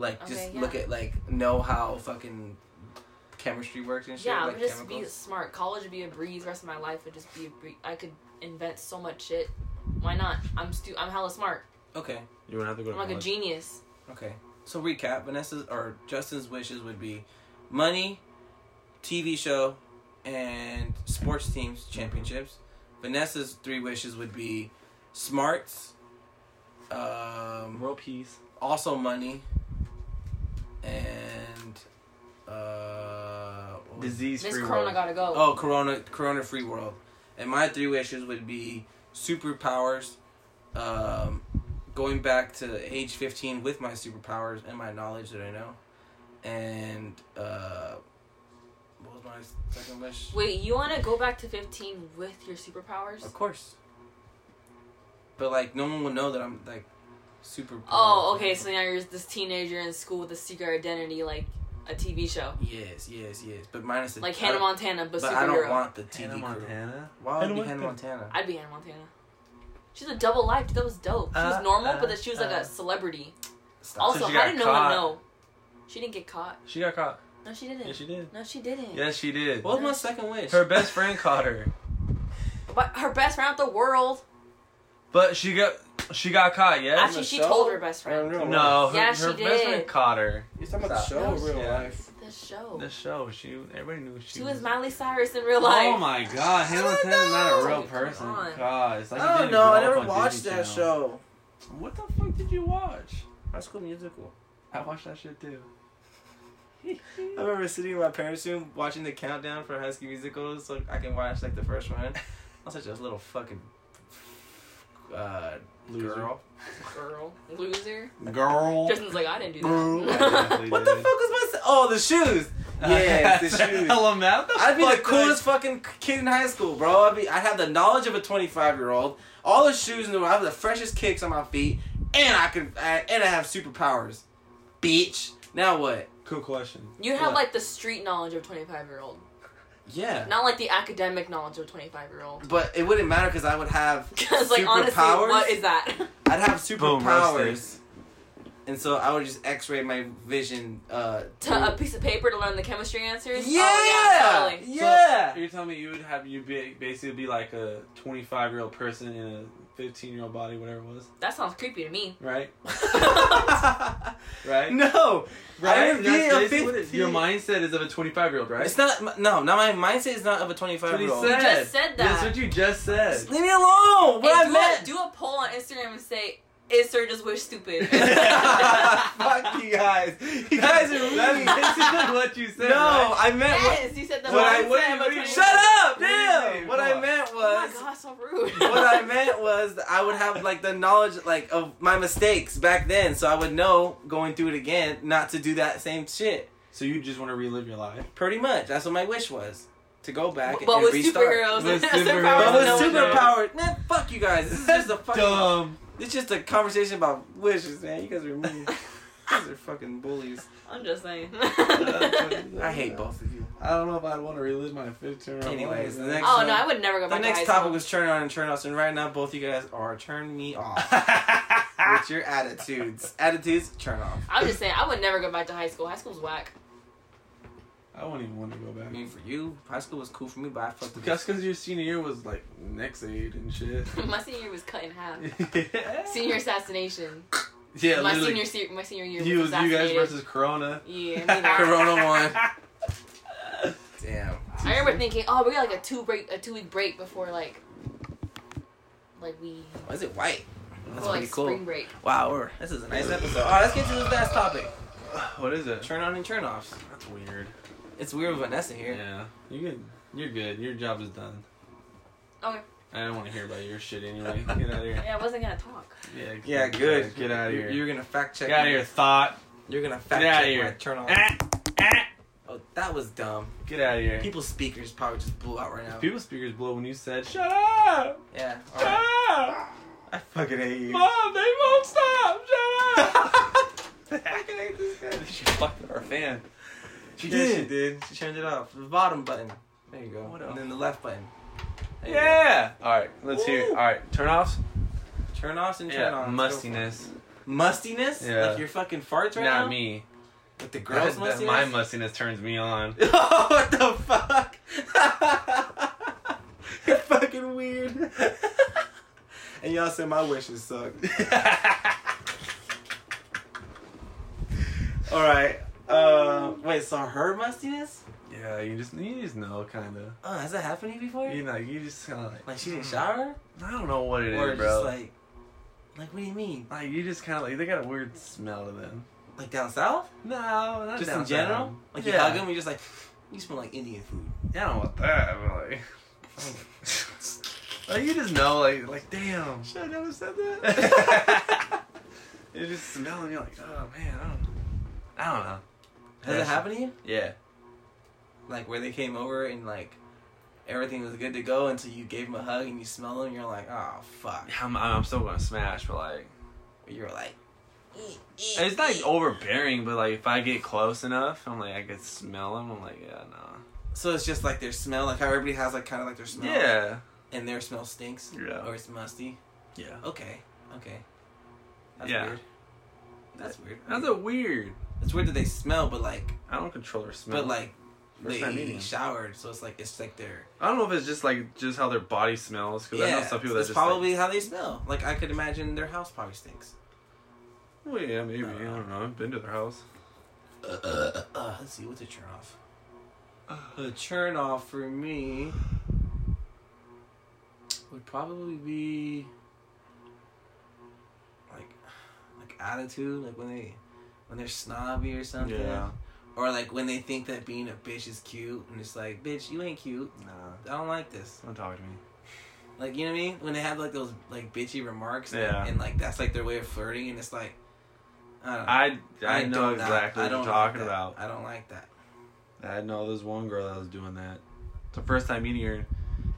S2: just
S1: Okay, yeah.
S2: look at like know how fucking chemistry works and shit.
S1: yeah, I
S2: like
S1: would just be
S2: chemicals.
S1: smart. College would be a breeze. Rest of my life would just be a breeze. I could invent so much shit. Why not? I'm stu. I'm hella smart.
S2: Okay.
S3: You wouldn't have to go
S1: I'm
S3: to
S1: like a
S3: college.
S1: genius.
S2: Okay. So recap: Vanessa's or Justin's wishes would be money, TV show, and sports teams championships. Vanessa's three wishes would be smarts, um,
S3: World peace.
S2: also money, and uh, what was-
S3: Disease
S1: Miss
S3: free
S1: Corona
S3: world.
S1: gotta go.
S2: oh Corona Corona free world. And my three wishes would be superpowers, um, going back to age fifteen with my superpowers and my knowledge that I know, and uh, what was my second wish?
S1: Wait, you wanna go back to 15 with your superpowers?
S2: Of course. But like no one will know that I'm like super.
S1: Oh, okay. So now you're this teenager in school with a secret identity, like a TV show,
S2: Yes, yes, yes. But minus the
S1: like Hannah
S2: I don't-
S1: Montana, but,
S2: But I
S1: superhero.
S2: don't want the TV
S3: Hannah
S2: crew.
S3: Montana.
S2: Why would it be
S3: Hannah
S2: Hannah
S3: Montana.
S2: Montana?
S1: I'd be Hannah Montana. She's a double life. dude, That was dope. She
S3: Uh,
S1: was normal,
S3: uh,
S1: but that she was like
S3: uh.
S1: a celebrity.
S2: Stop.
S1: Also,
S3: she
S1: how
S3: got
S1: did no
S3: caught.
S1: one know? She didn't get caught.
S3: She got caught.
S1: No, she didn't.
S3: Yes, she did.
S1: no, she didn't.
S3: Yes, she did.
S2: what was my second wish?
S3: Her best friend caught her,
S1: But her best friend of the world.
S3: but she got she got caught. Yes.
S1: Actually, she
S2: Michelle?
S1: told her best friend.
S3: No. Her,
S1: Yeah,
S3: her
S1: she
S3: best
S1: did.
S3: friend caught her.
S2: You're talking about
S3: Stop.
S2: show
S1: No,
S2: or real
S3: yeah.
S2: life.
S1: The show.
S3: The show. She everybody knew she,
S1: she was Miley Cyrus in real life.
S3: Oh my god, Hannah
S2: I don't
S3: Montana's not a
S1: know.
S3: real
S1: Come
S3: person.
S1: on.
S3: God, it's like you
S2: I don't
S3: didn't
S2: know.
S3: grow
S2: I
S3: up
S2: never
S3: on
S2: watched
S3: Disney
S2: that
S3: Channel.
S2: show.
S3: What the fuck did you watch?
S2: High School Musical.
S3: I watched that shit too.
S2: I remember sitting in my parents' room watching the countdown for High School Musicals, so I can watch like the first one. I'm such a little fucking uh,
S3: Loser.
S2: girl.
S1: Girl. Loser.
S3: Girl.
S1: Justin's like, I didn't do
S2: Boo.
S1: that.
S2: What the fuck was my? s oh, the shoes. Yeah, the shoes.
S3: Tell him that.
S2: I'd be
S3: fuck
S2: the
S3: did I-
S2: coolest fucking kid in high school, bro. I'd be, I have the knowledge of a 25 year old, all the shoes in the world, I have the freshest kicks on my feet, and I could, I, and I have superpowers. Bitch. Now what?
S3: Cool question.
S1: you have
S2: What?
S1: like the street knowledge of a 25 year old,
S2: Yeah.
S1: not like the academic knowledge of a 25 year old.
S2: But it wouldn't matter because I would have
S1: Because like honestly,
S2: Superpowers?
S1: what is that?
S2: I'd have
S3: Boom,
S2: superpowers, and so I would just X-ray my vision. Uh, through-
S3: Mm.
S1: to a piece of paper to learn the chemistry answers.
S2: yeah,
S1: Oh, yeah, totally.
S2: yeah.
S3: So, you're telling me you would have you be, basically be like a 25 year old person in a 15 year old body, whatever it was,
S1: That sounds creepy to me.
S3: right? Right?
S2: no, I
S3: Right?
S2: would be
S3: That's
S2: a
S3: basically what it-
S2: 15
S3: Your mindset is of a 25 year old, right?
S2: It's not no, not my mindset is not of a
S3: That's what he
S2: twenty-five-year-old.
S3: said.
S1: just said
S3: That's
S1: that.
S3: what you just said.
S2: Leave me alone. What
S1: Hey,
S2: I
S1: do,
S2: meant.
S1: a, do a poll on Instagram and say, "Is Sir just wish stupid?"
S2: Fuck you guys. You guys are
S3: That's
S2: mean.
S3: basically what you
S2: no,
S3: said. right?
S2: I meant what.
S1: yes, you said that.
S2: What I-
S1: mindset
S3: what do you
S1: of a 25
S3: mean?
S2: Shut up,
S3: What do you
S2: damn.
S3: mean?
S2: What I
S3: What?
S2: meant
S1: Oh
S2: was.
S1: my god, so rude.
S2: what I meant was that I would have like the knowledge like of my mistakes back then, so I would know going through it again not to do that same shit.
S3: So you just want to relive your life.
S2: Pretty much, that's what my wish was to go back and,
S1: But
S2: and
S1: with
S2: restart.
S1: superheroes and
S3: With superheroes.
S2: But
S1: superpowers, no one
S2: with
S1: knows.
S2: superpowers, man, fuck you guys. This is just a fucking.
S3: Dumb.
S2: It's just a conversation about wishes, man. You guys are mean. you guys are fucking bullies.
S1: I'm just saying.
S2: I hate both of you.
S3: I don't know if I'd want to relive my 15 year old.
S2: Anyways, the next-
S1: oh no, I would never go
S2: The
S1: back. to high
S2: next
S1: school.
S2: topic was turn on and turn offs, and right now both you guys are turn me off
S3: next.
S2: with your attitudes. Attitudes, turn off.
S1: I'm just saying, I would never go back to high school. High school's whack.
S3: I wouldn't even want to go
S2: I
S3: back.
S2: mean, for you, high school was cool for me, but I fucked with
S3: Just because your senior year was like next aid and shit.
S1: my senior year was cut in half.
S3: yeah.
S1: Senior assassination.
S3: Yeah,
S1: my
S3: literally.
S1: senior se- my senior year
S3: You,
S1: was
S3: was, you guys
S1: assassinated.
S3: versus Corona.
S1: yeah, me neither.
S2: Corona one. Damn.
S1: I remember thinking, oh, we got like a two break, a two week break before like, like we,
S2: Why is it white? That's
S1: well, like
S2: pretty cool.
S1: spring break.
S2: Wow, we're, this is a nice episode. Alright, let's get to this last topic.
S3: What is it?
S2: Turn on and turn offs.
S3: That's weird.
S2: It's weird with Vanessa here.
S3: Yeah. You good. You're good. Your job is done.
S1: Okay.
S3: I don't want to hear about your shit anyway. Get out of here.
S1: Yeah, I wasn't gonna talk.
S3: Yeah,
S2: Yeah, good.
S3: Get out of
S2: You-
S3: here.
S2: You're gonna fact check.
S3: Get out of
S2: me.
S3: here, thought.
S2: You're gonna fact
S3: outta
S2: check my
S3: here.
S2: turn off.
S3: Ah, ah.
S2: Oh, that was dumb.
S3: Get out of here.
S2: People's speakers probably just blew out right now.
S3: People speakers blow when you said, Shut up!
S2: Yeah.
S3: Shut
S2: Alright.
S3: up!
S2: I fucking hate you.
S3: Mom, they won't stop! Shut up! fucking hate this guy.
S2: She fucked up our fan.
S3: She
S2: Yes,
S3: did.
S2: she did.
S3: She turned it off. The bottom button. There you go.
S2: What
S3: and
S2: else?
S3: then the left button. There you go.
S2: Yeah.
S3: All right, let's hear. it.
S2: Woo.
S3: All right, turn offs.
S2: Turn offs and turn
S3: Yeah,
S2: ons.
S3: mustiness.
S2: Mustiness?
S3: Yeah.
S2: Like your fucking farts right now?
S3: Not me.
S2: Like the girls'
S3: That- that-
S2: mustiness?
S3: My mustiness turns me on.
S2: oh, what the fuck? You're fucking weird. and y'all said my wishes suck. All right. Uh, wait. So her mustiness?
S3: yeah, you just you just know, kind of.
S2: Oh, has that happened to you before?
S3: You know, you just kind of like.
S2: like she didn't
S3: mm.
S2: shower,
S3: I don't know what it is,
S2: or
S3: bro.
S2: just
S3: like,
S2: like, like what do you mean?
S3: you just kind of like they got a weird smell to them.
S2: Like down south?
S3: No, not
S2: just
S3: down
S2: in general?
S3: south.
S2: Like you
S3: yeah.
S2: hug them, you're just like, you smell like Indian food.
S3: Yeah, I don't want that. But like, like you just know, like like damn.
S2: Should I never said
S3: You're just smelling. You're like, oh man, I don't, I don't know.
S2: Has it happened to you?
S3: Yeah.
S2: Like where they came over and like everything was good to go until you gave them a hug and you smell them, you're like, oh fuck.
S3: I'm, I'm still gonna smash, but like,
S2: You're like,
S3: it's not like, overbearing. But like, if I get close enough, I'm like, I could smell them. I'm like, yeah, no.
S2: so it's just like their smell, like how everybody has like kind of like their smell.
S3: Yeah.
S2: And their smell stinks.
S3: Yeah.
S2: Or it's musty.
S3: Yeah.
S2: Okay. Okay. That's
S3: Yeah.
S2: weird. That's weird.
S3: That's a weird.
S2: it's weird that they smell, but like,
S3: I don't control their smell.
S2: but like
S3: First time
S2: they
S3: meeting.
S2: showered, so it's like it's like their
S3: I don't know if it's just like just how their body smells. Because I know some people that
S2: that's
S3: just
S2: probably how they smell. Like I could imagine their house probably stinks.
S3: Like, well, yeah, maybe.
S2: I don't
S3: I don't know. I've been to their house.
S2: Uh, uh, uh, let's see, what's a turn off? A turn off for me would probably be like like attitude, like when they when they're snobby or something.
S3: Yeah.
S2: Or like when they think that being a bitch is cute and it's like, bitch, you ain't cute.
S3: Nah.
S2: I don't like this.
S3: Don't talk to me.
S2: Like you know what I mean? When they have like those like bitchy remarks and-
S3: Yeah.
S2: and, like that's like their way of flirting and it's like I don't know.
S3: I, I, know
S2: don't
S3: exactly
S2: I
S3: what you're
S2: don't like
S3: talking
S2: that.
S3: about.
S2: I don't like that.
S3: I know there's one girl that was doing that. The first time meeting her,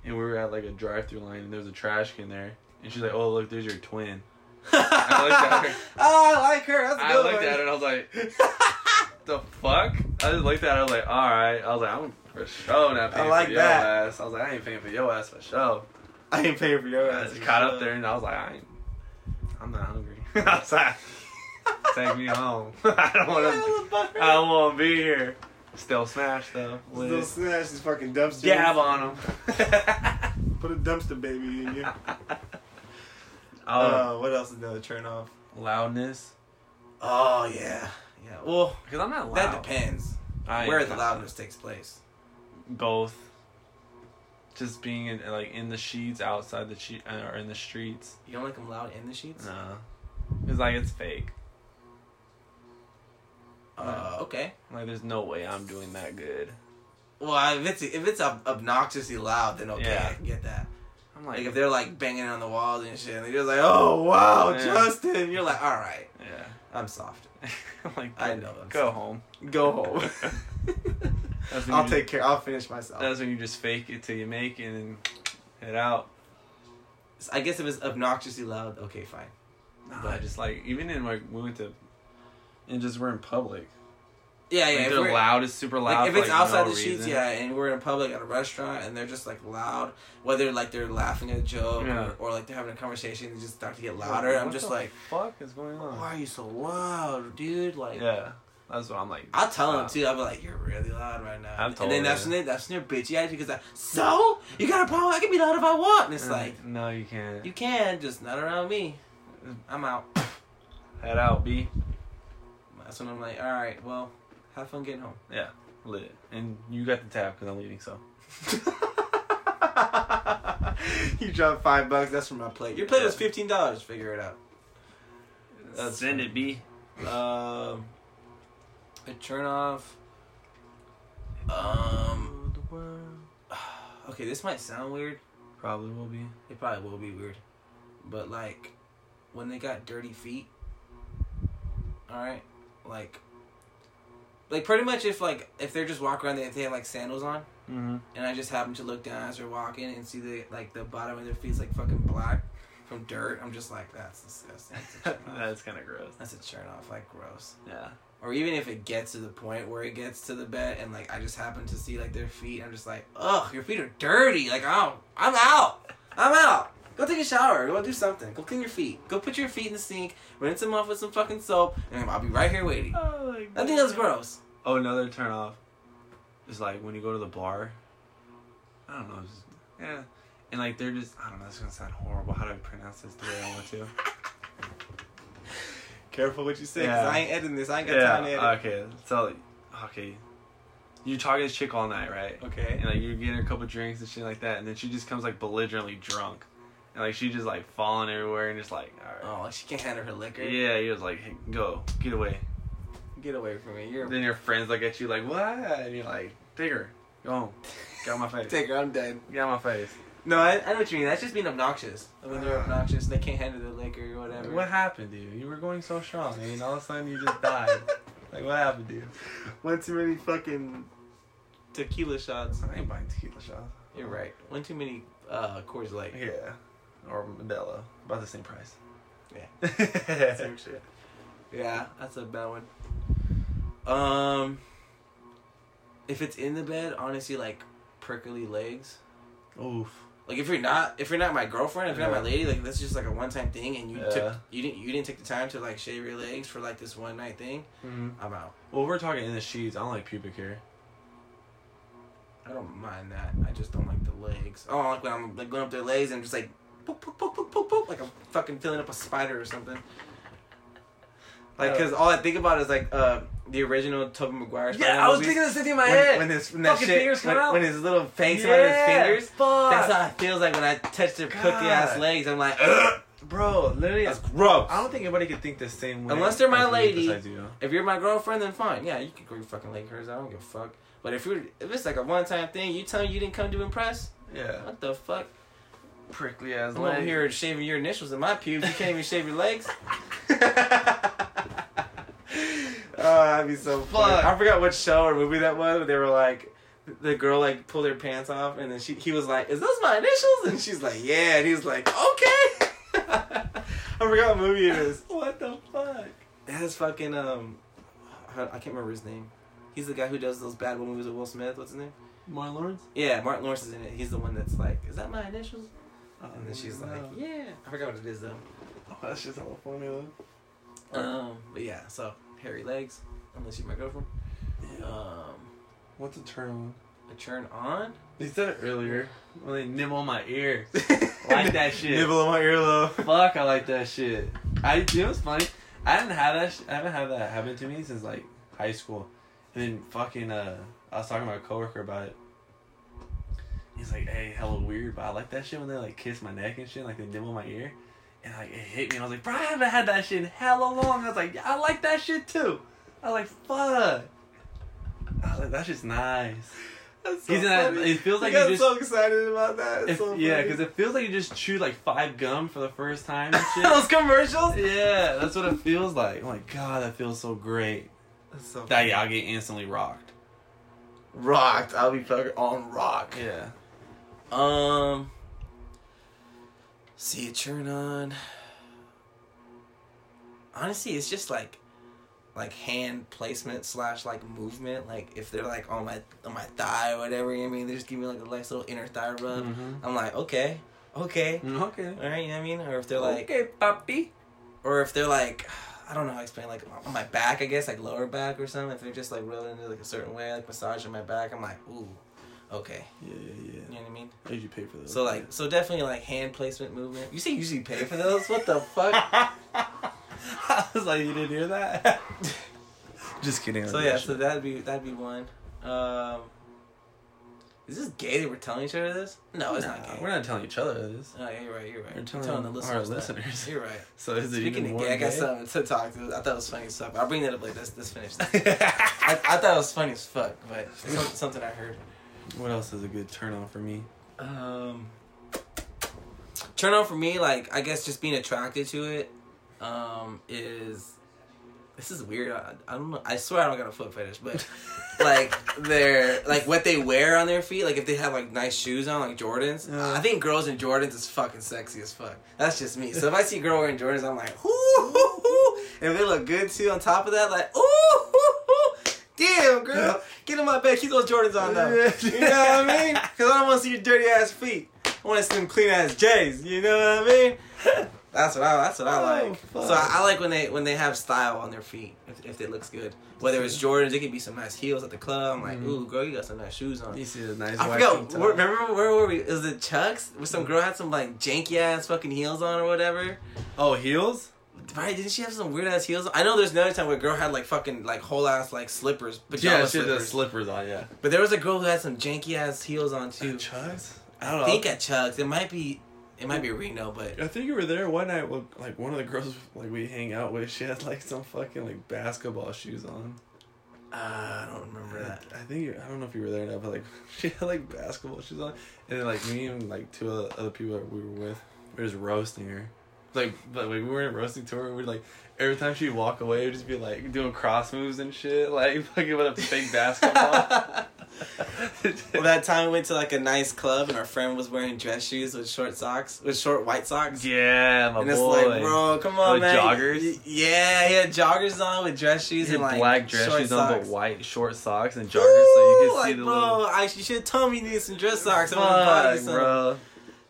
S3: and we were at like a drive-through line, and there was a trash can there, and she's like, "Oh look, there's your twin."
S2: I
S3: looked at her.
S2: Oh, I like her. That's a
S3: I
S2: good
S3: looked
S2: one.
S3: at her and I was like, "The fuck?" I just looked at her. I was like, "All right." I was like, "I'm for sure not paying
S2: like
S3: for
S2: that.
S3: your ass." I was like, "I ain't paying for your ass for sure."
S2: I ain't paying for your
S3: I
S2: ass.
S3: just caught up there, and I was like, "I ain't, I'm not hungry." I was like, "Take me home. I don't want to. I don't want to be here." Still smash though.
S2: Little
S3: Liz.
S2: smash is fucking dumpster.
S3: Dab on him.
S2: Put a dumpster baby in you.
S3: Oh,
S2: uh, what else is another turn off?
S3: loudness.
S2: Oh yeah, yeah. Well,
S3: Because I'm not loud.
S2: that depends
S3: I-
S2: where the loudness takes place.
S3: Both. Just being in, like in the sheets, outside the sheet, uh, or in the streets.
S2: You don't like them loud in the sheets?
S3: No, because like it's fake.
S2: Uh, okay.
S3: Like there's no way I'm doing that good.
S2: Well, if it's if it's ob- obnoxiously loud, then okay,
S3: Yeah.
S2: I can get that.
S3: I'm
S2: Like
S3: like,
S2: if they're like banging on the walls and shit, and they're just like, "Oh wow,
S3: Yeah.
S2: Justin," you're like, "All right,
S3: yeah.
S2: I'm soft.
S3: I'm like,
S2: I know, I'm
S3: Go home.
S2: Go home.
S3: That's when
S2: I'll
S3: you
S2: take care. I'll finish myself."
S3: That's when you just fake it till you make it and head out.
S2: I guess if it's obnoxiously loud, okay, fine.
S3: But I just like even in like we went to, and just we're in public.
S2: Yeah, yeah.
S3: Like,
S2: if
S3: they're
S2: we're-
S3: loud. It's super
S2: like,
S3: loud.
S2: if
S3: for,
S2: it's
S3: like,
S2: outside
S3: no
S2: the sheets,
S3: reason.
S2: yeah, and we're in public at a restaurant and they're just like loud, whether like they're laughing at a joke
S3: Yeah.
S2: or, or like they're having a conversation and just start to get louder, I'm
S3: What
S2: just
S3: the
S2: like,
S3: fuck is going on?
S2: why are you so loud, dude? Like,
S3: Yeah, that's what I'm like.
S2: I'll tell them
S3: Stop.
S2: too. I'll be like, you're really loud right now.
S3: I've told
S2: and then
S3: her.
S2: that's when they, that's when they're bitchy attitude because I so you got a problem? I can be loud if I want. And it's
S3: Uh,
S2: like
S3: no, you can't.
S2: you can, just not around me. I'm out.
S3: Head out, B.
S2: That's when I'm like, all right, well, have fun getting home.
S3: Lit. And you got the tab because I'm leaving. So
S2: you dropped five bucks. That's from my plate. Your plate was
S3: Yeah.
S2: fifteen dollars. Figure it out. That's-
S3: send it, B.
S2: Um, a turn off. Um, okay, this might sound weird.
S3: Probably will be.
S2: It probably will be weird, but like, when they got dirty feet. All right, like, like pretty much if like if they're just walking around, they if they have like sandals on.
S3: Mm-hmm.
S2: and I just happen to look down as they're walking and see the like the bottom of their feet's like fucking black from dirt. I'm just like, that's disgusting. That's
S3: That's kind of gross.
S2: a turn off. Like gross.
S3: Yeah.
S2: Or even if it gets to the point where it gets to the bed and like I just happen to see like their feet, I'm just like, ugh, your feet are dirty. Like I'm, I'm out. I'm out. Go take a shower. Go do something. Go clean your feet. Go put your feet in the sink. Rinse them off with some fucking soap, and I'll be right here waiting.
S3: Oh,
S2: I think that's gross.
S3: Oh, another turn off is like when you go to the bar. I don't know. it's Just, yeah. And like they're just, I don't know, it's gonna sound horrible. How do I pronounce this the way I want to?
S2: Careful what you say,
S3: 'cause I
S2: ain't editing this. I ain't
S3: yeah. Okay. So, okay. You're talking to this chick all night, right?
S2: Okay.
S3: And like you're getting her a couple drinks and shit like that, and then she just comes like belligerently drunk. And like she just like falling everywhere and just like, all right.
S2: Oh, she can't handle her liquor.
S3: Yeah, you're just like, hey, go, get away.
S2: Get away from me. You're.
S3: Then your friends look at you like, what? And you're like, take her, go home, get out my face,
S2: Take her. I'm dead.
S3: get out my face.
S2: No, I, I know what you mean. That's just being obnoxious. When they're obnoxious, they can't handle their liquor or
S3: Like,
S2: whatever.
S3: What happened, dude? You were going so strong, and all of a sudden you just died. like, what happened, dude?
S2: One too many fucking tequila shots.
S3: I ain't buying tequila shots.
S2: You're right. One too many uh, Coors Light.
S3: Yeah, or Modelo, about the same price.
S2: Yeah.
S3: Yeah.
S2: Same shit. Yeah, that's a bad one. Um, if it's in the bed, honestly, like prickly legs.
S3: Oof.
S2: Like if you're not if you're not my girlfriend, if you're not my
S3: Yeah.
S2: lady, like that's just like a one time thing, and you took
S3: Yeah.
S2: you didn't you didn't take the time to like shave your legs for like this one night thing.
S3: Mhm.
S2: I'm out.
S3: Well, we're talking in the sheets. I don't like pubic hair.
S2: I don't mind that. I just don't like the legs. Oh, like when I'm like going up their legs and I'm just like poop poop poop poop poop poop like I'm fucking filling up a spider or something.
S3: Oh.
S2: Like, cause all I think about is like uh the original Tobey Maguire. Spider-Man movies.
S3: the same thing in
S2: when, when
S3: When
S2: his when that
S3: Fucking
S2: shit,
S3: fingers come
S2: when,
S3: out.
S2: when his little
S3: it's
S2: fangs
S3: yeah.
S2: come out of his fingers.
S3: Fuck.
S2: That's how it feels like when I touch their cookie ass
S3: God.
S2: legs. I'm like, Ugh,
S3: bro. Literally,
S2: that's gross.
S3: I don't think anybody could think the same way.
S2: Unless they're my
S3: as me
S2: lady.
S3: besides you.
S2: If you're my girlfriend, then fine. Yeah, you can go your fucking leg hers. I don't give a fuck. But if you're if it's like a one time thing, you tell me you didn't come to impress.
S3: Yeah.
S2: What the fuck?
S3: Prickly ass
S2: I'm over
S3: leg.
S2: here shaving your initials in my pubes. You can't even shave your legs. Ah, that'd be so
S3: Fuck.
S2: I forgot what show or movie that was, but they were like, the girl like pulled her pants off, and then she he was like, "Is those my initials?" And she's like, "Yeah," and he was like, "Okay." I forgot what movie it is.
S3: What the fuck?
S2: It has fucking um, I I can't remember his name. He's the guy who does those bad movies with Will Smith. What's his name?
S3: Martin Lawrence.
S2: Yeah, Martin Lawrence is in it. He's the one that's like, "Is that my initials?"
S3: Oh,
S2: And then she's like,
S3: no.
S2: "Yeah." I forgot what it is though.
S3: Oh, that's just all funny though.
S2: Um, but yeah, so hairy legs, unless you're my girlfriend. Um,
S3: What's a turn on?
S2: a turn on.
S3: They said it earlier. When they nibble on my ear. Like that shit.
S2: Nibble on my earlobe.
S3: Fuck, I like that shit. I you know what's funny? I didn't have that. Sh- I haven't had that happen to me since like high school, and then fucking uh, I was talking to my coworker about it. He's like, "Hey, hella weird, but I like that shit when they like kiss my neck and shit, like they nibble my ear, and like it hit me. And I was like, bro, I haven't had that shit in hella long. I was like, I like that shit too. I was like, fuck. I was like, that's just nice.
S2: That's
S3: He's in that-
S2: funny.
S3: it feels like
S2: got
S3: you just-
S2: so excited about that. It's
S3: If,
S2: so
S3: yeah,
S2: funny.
S3: because it feels like you just chewed like five gum for the first time and shit.
S2: those commercials.
S3: Yeah, that's what it feels like. Oh my god, that feels so great.
S2: That's so
S3: That yeah, I get instantly rocked.
S2: rocked. I'll be fucking on rock.
S3: Yeah.
S2: Um, see a turn on. Honestly, it's just like, like hand placement slash like movement. Like if they're like on my on my thigh or whatever, you know what I mean, they just give me like a nice little inner thigh rub.
S3: Mm-hmm.
S2: I'm like, okay, okay,
S3: Okay.
S2: all right, you know what I mean. Or if they're like,
S3: okay, puppy.
S2: or if they're like, I don't know how to explain. Like on my back, I guess, like lower back or something. If they're just like rubbing it like a certain way, like massaging my back, I'm like, ooh, okay,
S3: Yeah, yeah,
S2: you know what I mean.
S3: How'd you pay for those?
S2: So like, so definitely like hand placement movement. You say you usually pay for those? What the fuck?
S3: I was like, you didn't hear that. just kidding. I
S2: so
S3: did
S2: yeah,
S3: that
S2: so
S3: shit.
S2: that'd be that'd be one. Um, is this gay that we're telling each other this? No, it's not
S3: Nah,
S2: gay.
S3: We're not telling each other this.
S2: Oh, yeah, you're right. You're right.
S3: We're
S2: You're
S3: telling
S2: the
S3: our
S2: listeners. that.
S3: listeners.
S2: You're right.
S3: So is it
S2: Speaking
S3: even
S2: of
S3: more
S2: gay, I got
S3: gay? uh,
S2: something to talk to. I thought it was funny as fuck. I'll bring that up later. Let's, let's finish this. I, I thought it was funny as fuck, but it's some- something I heard.
S3: what else is a good turn on for me?
S2: Um, turn on for me, like I guess just being attracted to it, um, is this is weird. I, I don't know. I swear I don't got a foot fetish, but like their like what they wear on their feet, like if they have like nice shoes on, like Jordans.
S3: Yeah.
S2: I think girls in Jordans is fucking sexy as fuck. That's just me. So if I see a girl wearing Jordans, I'm like, ooh, ooh, ooh. and if they look good too. On top of that, like, ooh, ooh, ooh. damn girl, get in my bed, keep those Jordans on though. You know what I mean? Because I don't want to see your dirty ass feet. I want to see them clean ass J's. You know what I mean? That's what I. That's what I
S3: Oh,
S2: like.
S3: fuck.
S2: So I, I like when they when they have style on their feet. If, if it looks good, whether it's Jordans, it could be some nice heels at the club. I'm like,
S3: Mhm.
S2: ooh, girl, you got some nice shoes on.
S3: You see the nice
S2: I
S3: white
S2: forgot.
S3: ponytail.
S2: Where, remember where were we? It was it Chucks? Where some girl had some like janky ass fucking heels on or whatever.
S3: Oh, heels?
S2: Right? Didn't she have some weird ass heels? on? I know there's another time where a girl had like fucking like whole ass like slippers, pajama
S3: Yeah, she had the
S2: slippers.
S3: slippers on, yeah.
S2: but there was a girl who had some janky ass heels on too.
S3: Chugs? I
S2: I
S3: don't know.
S2: think at Chucks. It might be. It might be Reno, but
S3: I think you were there one night. With, like one of the girls, like we hang out with, she had like some fucking like basketball shoes on.
S2: uh, I don't remember
S3: I,
S2: that.
S3: I think you, I don't know if you were there or not, but like she had like basketball shoes on, and then like me and like two other, other people that we were with, we were just roasting her. Like, but like we weren't roasting to her. We were like, every time she'd walk away, we'd just be like doing cross moves and shit, like fucking with a fake basketball.
S2: Well, that time we went to like a nice club and our friend was wearing dress shoes with short socks, with short white socks.
S3: yeah, my
S2: and it's
S3: boy.
S2: like, bro, come on,
S3: With
S2: man.
S3: joggers?
S2: Y- Yeah, he had joggers on with dress
S3: He
S2: shoes
S3: had
S2: and like
S3: black dress
S2: short
S3: shoes
S2: socks.
S3: on, but white short socks and joggers, so you
S2: Ooh,
S3: could see
S2: like,
S3: the
S2: bro,
S3: little.
S2: I, you should have told me you needed some dress socks. I would have bought you
S3: Fuck,
S2: some.
S3: bro.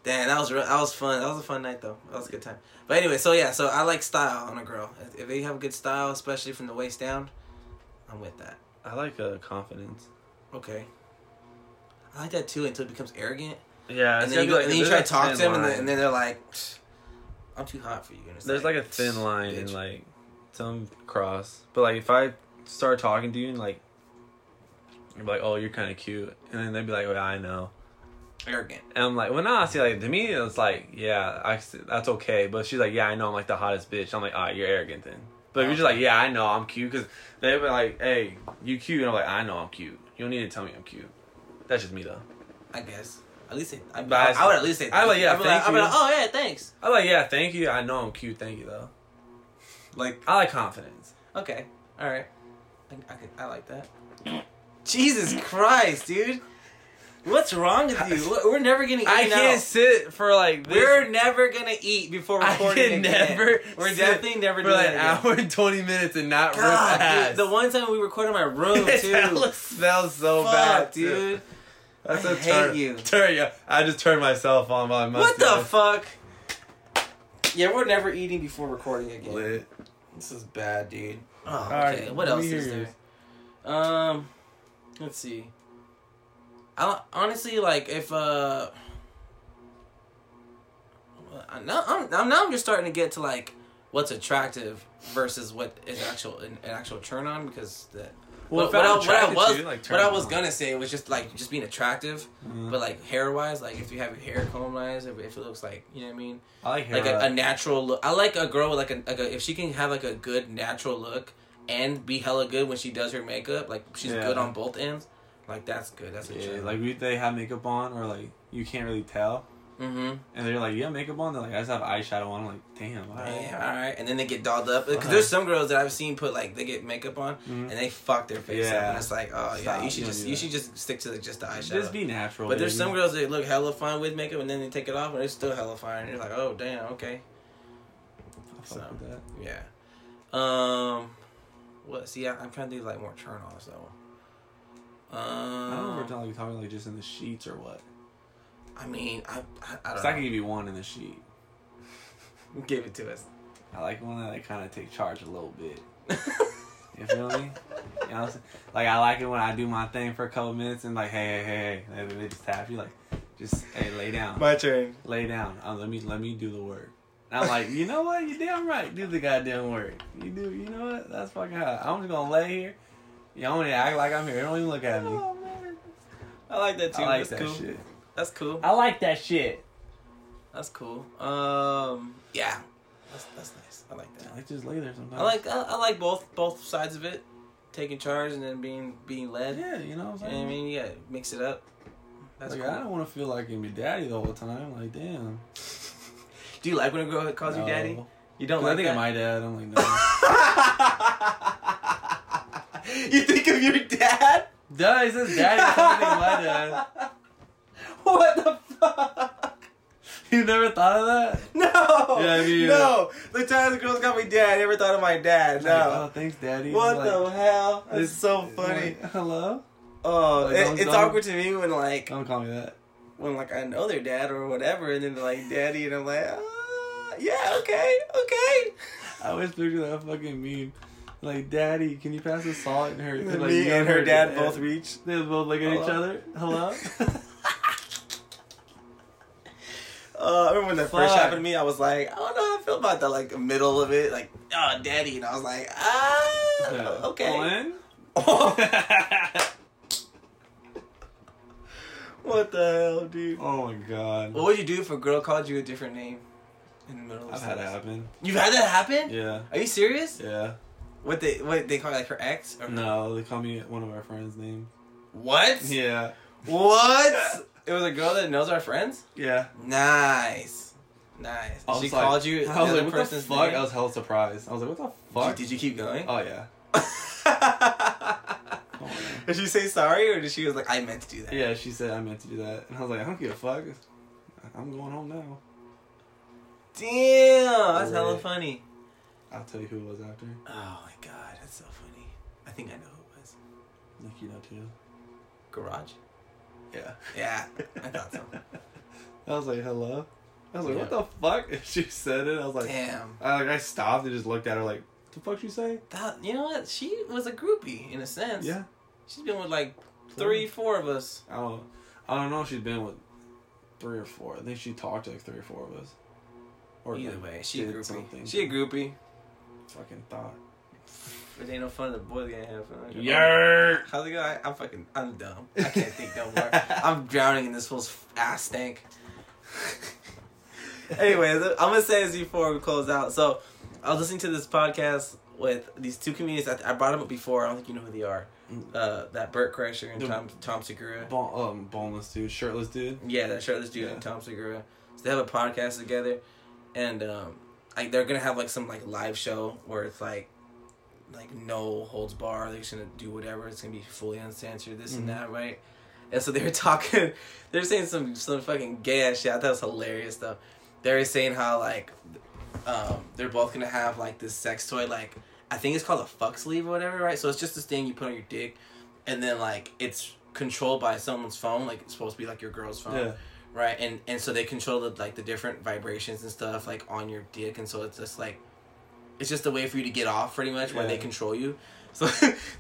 S2: Damn, that was real, that was fun. That was a fun night though. That was a good time. But anyway, so yeah, so I like style on a girl. If- If they have good style, especially from the waist down, I'm with that.
S3: I like uh, confidence.
S2: Okay. I like that too until it becomes arrogant.
S3: Yeah,
S2: and then you, go, and then you try to talk to them, and, then- and then they're like, "Psh, "I'm too hot for you." And it's
S3: there's like a thin
S2: "Psh,
S3: line
S2: bitch."
S3: and like some cross. But like if I start talking to you and like you're like, oh, you're kind of cute, and then they'd be like, well, I know,
S2: arrogant.
S3: and I'm like, well, nah, see, like to me, it's like, yeah, I, that's okay. But she's like, yeah, I know, I'm like the hottest bitch. I'm like, ah, you're arrogant then. But if you're just like, yeah, I know, I'm cute, because they've been like, hey, you cute, and I'm like, I know, I'm cute. You don't need to tell me I'm cute. That's just me though.
S2: I guess. At least they, I,
S3: But I-
S2: I, I would at least say.
S3: I like, yeah,
S2: I'd be like,
S3: thank
S2: I'd be
S3: you.
S2: like, oh yeah, thanks.
S3: I'm like, yeah, thank you. I know I'm cute. Thank you though.
S2: Like,
S3: I like confidence.
S2: okay, all right. I, I, could- I like that. Jesus Christ, dude! What's wrong with you? We're- We're never getting.
S3: I
S2: eaten
S3: can't
S2: out.
S3: sit for like this.
S2: We're never gonna eat before
S3: I
S2: recording.
S3: can
S2: again.
S3: never
S2: We're
S3: sit
S2: definitely never
S3: for
S2: doing
S3: like
S2: that
S3: an
S2: again.
S3: hour and twenty minutes and not rip
S2: God,
S3: ass.
S2: dude, the one time we recorded in my room
S3: It
S2: too.
S3: hella smells so
S2: Fuck,
S3: bad, too.
S2: dude.
S3: That's
S2: I
S3: a
S2: hate
S3: turn,
S2: you.
S3: Turn you. I just turned myself on by my
S2: What the fuck? Yeah, we're never eating before recording again.
S3: Lit.
S2: This is bad, dude. Oh, okay.
S3: Alright,
S2: what
S3: let
S2: else
S3: me
S2: is
S3: hear
S2: there? Um, let's see. I honestly like if uh. I- Now I'm now- now I'm just starting to get to like what's attractive versus what is actual an, an actual turn on because that
S3: Well,
S2: what, what, I,
S3: I'm
S2: what I
S3: attracted
S2: was
S3: to you, like, turn
S2: what I
S3: it
S2: was
S3: on.
S2: gonna say was just like just being attractive,
S3: Mhm.
S2: but like hair wise, like if you have your hair combed, if, if it looks like you know what I mean,
S3: I like hair.
S2: like a, a natural look. I like a girl with like a, like a if she can have like a good natural look and be hella good when she does her makeup, like she's
S3: Yeah.
S2: good on both ends. Like that's good. That's a
S3: yeah,
S2: trend.
S3: like we, they have makeup on, or like you can't really tell,
S2: mm-hmm.
S3: and they're like, "You have makeup on." They're like, "I just have eyeshadow on." I'm like, damn. all right.
S2: Yeah, all right. And then they get dolled up because there's some girls that I've seen put like they get makeup on
S3: Mhm.
S2: and they fuck their face up,
S3: Yeah.
S2: and it's like, oh yeah,
S3: Stop.
S2: you should
S3: You don't
S2: just
S3: do
S2: you
S3: that.
S2: should just stick to the, just the eyeshadow.
S3: Just be natural.
S2: But there's
S3: baby.
S2: some girls that look hella fine with makeup and then they take it off and they're still hella fine. And you're like, oh damn, okay,
S3: I fuck with that.
S2: yeah. Um, what? See, I, I'm trying to do like more turn offs though.
S3: I don't know if we're
S2: Um,
S3: talking, like, talking like just in the sheets or what.
S2: I mean, I I, I
S3: 'Cause
S2: don't
S3: I
S2: know.
S3: can give you one in the sheet.
S2: give it to us.
S3: I like when I kind of take charge a little bit. You feel me? You know what I'm saying? Like I like it when I do my thing for a couple minutes and like, hey, hey, hey, hey, and then they just tap you like, just hey, lay down,
S2: My turn.
S3: lay down. Um, let me let me do the work. And I'm like, you know what? You damn right. Do the goddamn work. You do. You know what? That's fucking hot. I'm just gonna lay here. You don't even act like I'm here. Don't even look at me.
S2: Oh, I like that too.
S3: I like
S2: That's
S3: that
S2: cool.
S3: shit.
S2: That's cool.
S3: I like that shit.
S2: That's cool. Um, yeah, that's that's nice. I like that.
S3: I like to just lay there sometimes.
S2: I like I, I like both both sides of it, taking charge and then being being led.
S3: Yeah, you know
S2: You know
S3: what I'm saying.
S2: what I mean, yeah, mix it up. That's
S3: like,
S2: cool.
S3: I don't want to feel like I'm your daddy the whole time. Like, damn.
S2: Do you like when a girl calls you daddy?
S3: No.
S2: You don't
S3: I
S2: like
S3: think
S2: that?
S3: of my dad. I'm like, no.
S2: you think of your dad?
S3: Duh, he says daddy something my dad.
S2: What the fuck?
S3: You never thought of that?
S2: No.
S3: Yeah, uh, me either.
S2: No. The times the girls got me dad, I never thought of my dad.
S3: Like, oh,
S2: No.
S3: thanks, daddy.
S2: What
S3: Like,
S2: the hell? That's
S3: this-
S2: so funny.
S3: like, hello?
S2: Oh,
S3: Like,
S2: it-
S3: don't-
S2: it's
S3: don't-
S2: awkward to me when like
S3: Don't call me that.
S2: when like I know their dad or whatever, and then they're like daddy, and I'm like, uh, yeah, okay, okay.
S3: I always picture that fucking meme. Like, daddy, can you pass the salt and her?
S2: And
S3: like,
S2: me
S3: you
S2: and her dad both
S3: They
S2: reach.
S3: both look at each
S2: Hello?
S3: other. Hello.
S2: Uh, I remember when that first
S3: Fuck.
S2: happened to me, I was like, I don't know how I feel about that. Like the middle of it, like oh daddy, and I was like, ah, okay.
S3: Owen?
S2: Oh, eh? what the hell, dude?
S3: oh my god.
S2: What would you do if a girl called you a different name in the middle of
S3: I've
S2: sex?
S3: had it happen.
S2: You've had that happen?
S3: Yeah.
S2: Are you serious?
S3: Yeah.
S2: What they what they call it, like her ex? Or
S3: No, they call me one of our friends' name.
S2: What?
S3: Yeah.
S2: What? it was a girl that knows our friends?
S3: Yeah.
S2: Nice. Nice.
S3: I
S2: she
S3: was
S2: called
S3: like-
S2: you. the
S3: I was like,
S2: other
S3: what the
S2: person's
S3: fuck?
S2: name?
S3: I was hella surprised. I was like, what the fuck?
S2: Did, did you keep going?
S3: oh yeah. Oh, yeah.
S2: did she say sorry or did she was like, I meant to do that?
S3: Yeah, she said I meant to do that, and I was like, I don't give a fuck. I'm going home now.
S2: Damn, that's hella
S3: Right.
S2: funny.
S3: I'll tell you who it was after.
S2: Oh my god, that's so funny. I think I know who it was.
S3: Like you know too.
S2: Garage?
S3: Yeah.
S2: Yeah, I thought so.
S3: I was like, hello. I was like,
S2: Yeah.
S3: what the fuck? And she said it. I was like,
S2: Damn.
S3: I like I stopped and just looked at her like, the fuck you say?
S2: That you know what? She was a groupie in a sense.
S3: Yeah.
S2: She's been with like three, four of us.
S3: I don't. I don't know if she's been with three or four. I think she talked to like three or four of us. Or
S2: Either
S3: like,
S2: way, she a
S3: did
S2: groupie.
S3: something.
S2: She a groupie.
S3: fucking thought.
S2: It ain't no fun. The boys gonna have fun.
S3: Yer.
S2: How's it going? I- I'm fucking. I'm dumb. I can't think no more. I'm drowning in this fool's f- ass stank. Anyways, I'm gonna say this before we close out. So, I was listening to this podcast with these two comedians. I, I brought them up before. I don't think you know who they are. Uh, that Burt Kreischer and
S3: Mm. The-
S2: Tom Tom Segura.
S3: Bon- um, boneless dude, shirtless dude.
S2: Yeah, that shirtless dude
S3: Yeah.
S2: and Tom Segura. So they have a podcast together, and um, like they're gonna have like some like live show where it's like, like no holds bar. They're just gonna do whatever. It's gonna be fully uncensored, this
S3: Mhm.
S2: and that, right? And so they were talking. They're saying some some fucking gay ass shit. I thought it was hilarious though. They were saying how like, um, they're both gonna have like this sex toy like. I think it's called a fuck sleeve or whatever, right? So it's just this thing you put on your dick, and then like it's controlled by someone's phone. Like it's supposed to be like your girl's phone,
S3: Yeah.
S2: right and and so they control the like the different vibrations and stuff like on your dick and so it's just like it's just a way for you to get off pretty much when they
S3: Yeah.
S2: control you so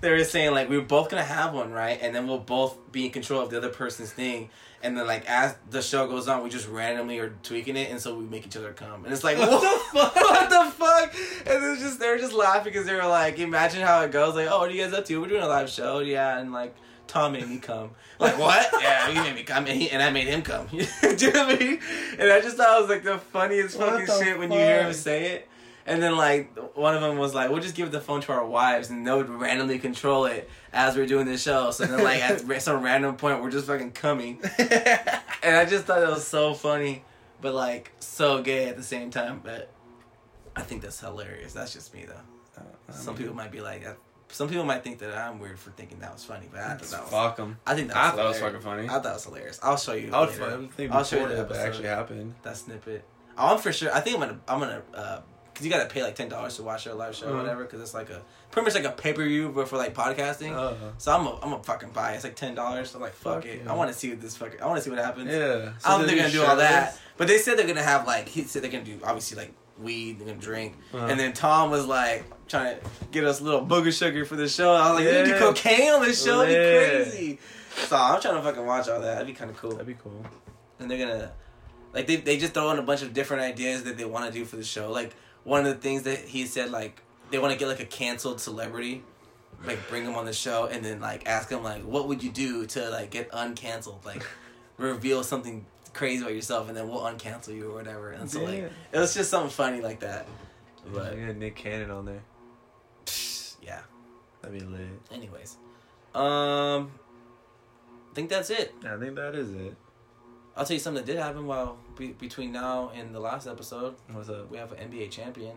S2: they were saying like we are both gonna have one right and then we'll both be in control of the other person's thing and then like as the show goes on we just randomly are tweaking it and so we make each other come and it's like what the fuck what the fuck and it's just they were just laughing because they were like imagine how it goes like oh what are you guys up to we're doing a live show yeah and like Tom made me come. Like what? yeah, he made me come, and, he, and I made him come. Do you know what I mean? And I just thought it was like the funniest
S3: What
S2: fucking
S3: the
S2: shit when you hear him
S3: fuck?
S2: say it. And then like one of them was like, "We'll just give the phone to our wives, and they would randomly control it as we're doing the show." So then like at ra- some random point, we're just fucking coming. And I just thought it was so funny, but like so gay at the same time. But I think that's hilarious. That's just me though. Some people might be like, that. some people might think that I'm weird for thinking that was funny, but I thought that was
S3: Fuck them.
S2: I think
S3: I
S2: that's
S3: thought that was
S2: hilarious.
S3: fucking funny.
S2: I thought it was hilarious. I'll show you.
S3: I would
S2: later.
S3: fucking think
S2: I'll show you
S3: before
S2: the
S3: that
S2: episode.
S3: actually happened.
S2: that snippet. Oh, I'm for sure. I think I'm gonna. I'm gonna. Uh, Cause you gotta pay like ten dollars to watch their live show or
S3: Mhm.
S2: whatever. Cause it's like a pretty much like a pay per view, but for like podcasting.
S3: Uh,
S2: so I'm a I'm a fucking buy. it. It's like ten dollars. So I'm like fuck,
S3: Uh-huh. Fuck
S2: it.
S3: yeah.
S2: I want to see what this fucking. I want to see what happens.
S3: yeah.
S2: I don't think they're gonna do all that. But they said they're gonna have like he said they're gonna do obviously like weed. They're gonna drink.
S3: Uh-huh.
S2: And then Tom was like trying to get us little booger sugar for the show. I was like, you
S3: Yeah.
S2: do cocaine on this show? That'd
S3: Yeah.
S2: be crazy. So I'm trying to fucking watch all that. That'd be kind of cool.
S3: That'd be cool.
S2: And they're gonna like they they just throw in a bunch of different ideas that they want to do for the show. Like one of the things that he said like they want to get like a canceled celebrity. Like bring them on the show and then like ask them like what would you do to like get uncanceled like reveal something crazy about yourself and then we'll uncancel you or whatever and so like it was just something funny like that but
S3: yeah, Nick Cannon on there.
S2: yeah
S3: That'd be lit.
S2: anyways um I think that's it
S3: I think that is it.
S2: I'll tell you something that did happen while be- between now and the last episode uh,
S3: What's up?
S2: we have an NBA champion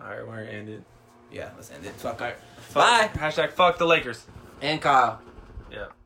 S3: All right, we're ended.
S2: Yeah, let's end it. Fuck
S3: All right.
S2: Bye.
S3: Hashtag fuck the Lakers.
S2: And Kyle.
S3: Yeah.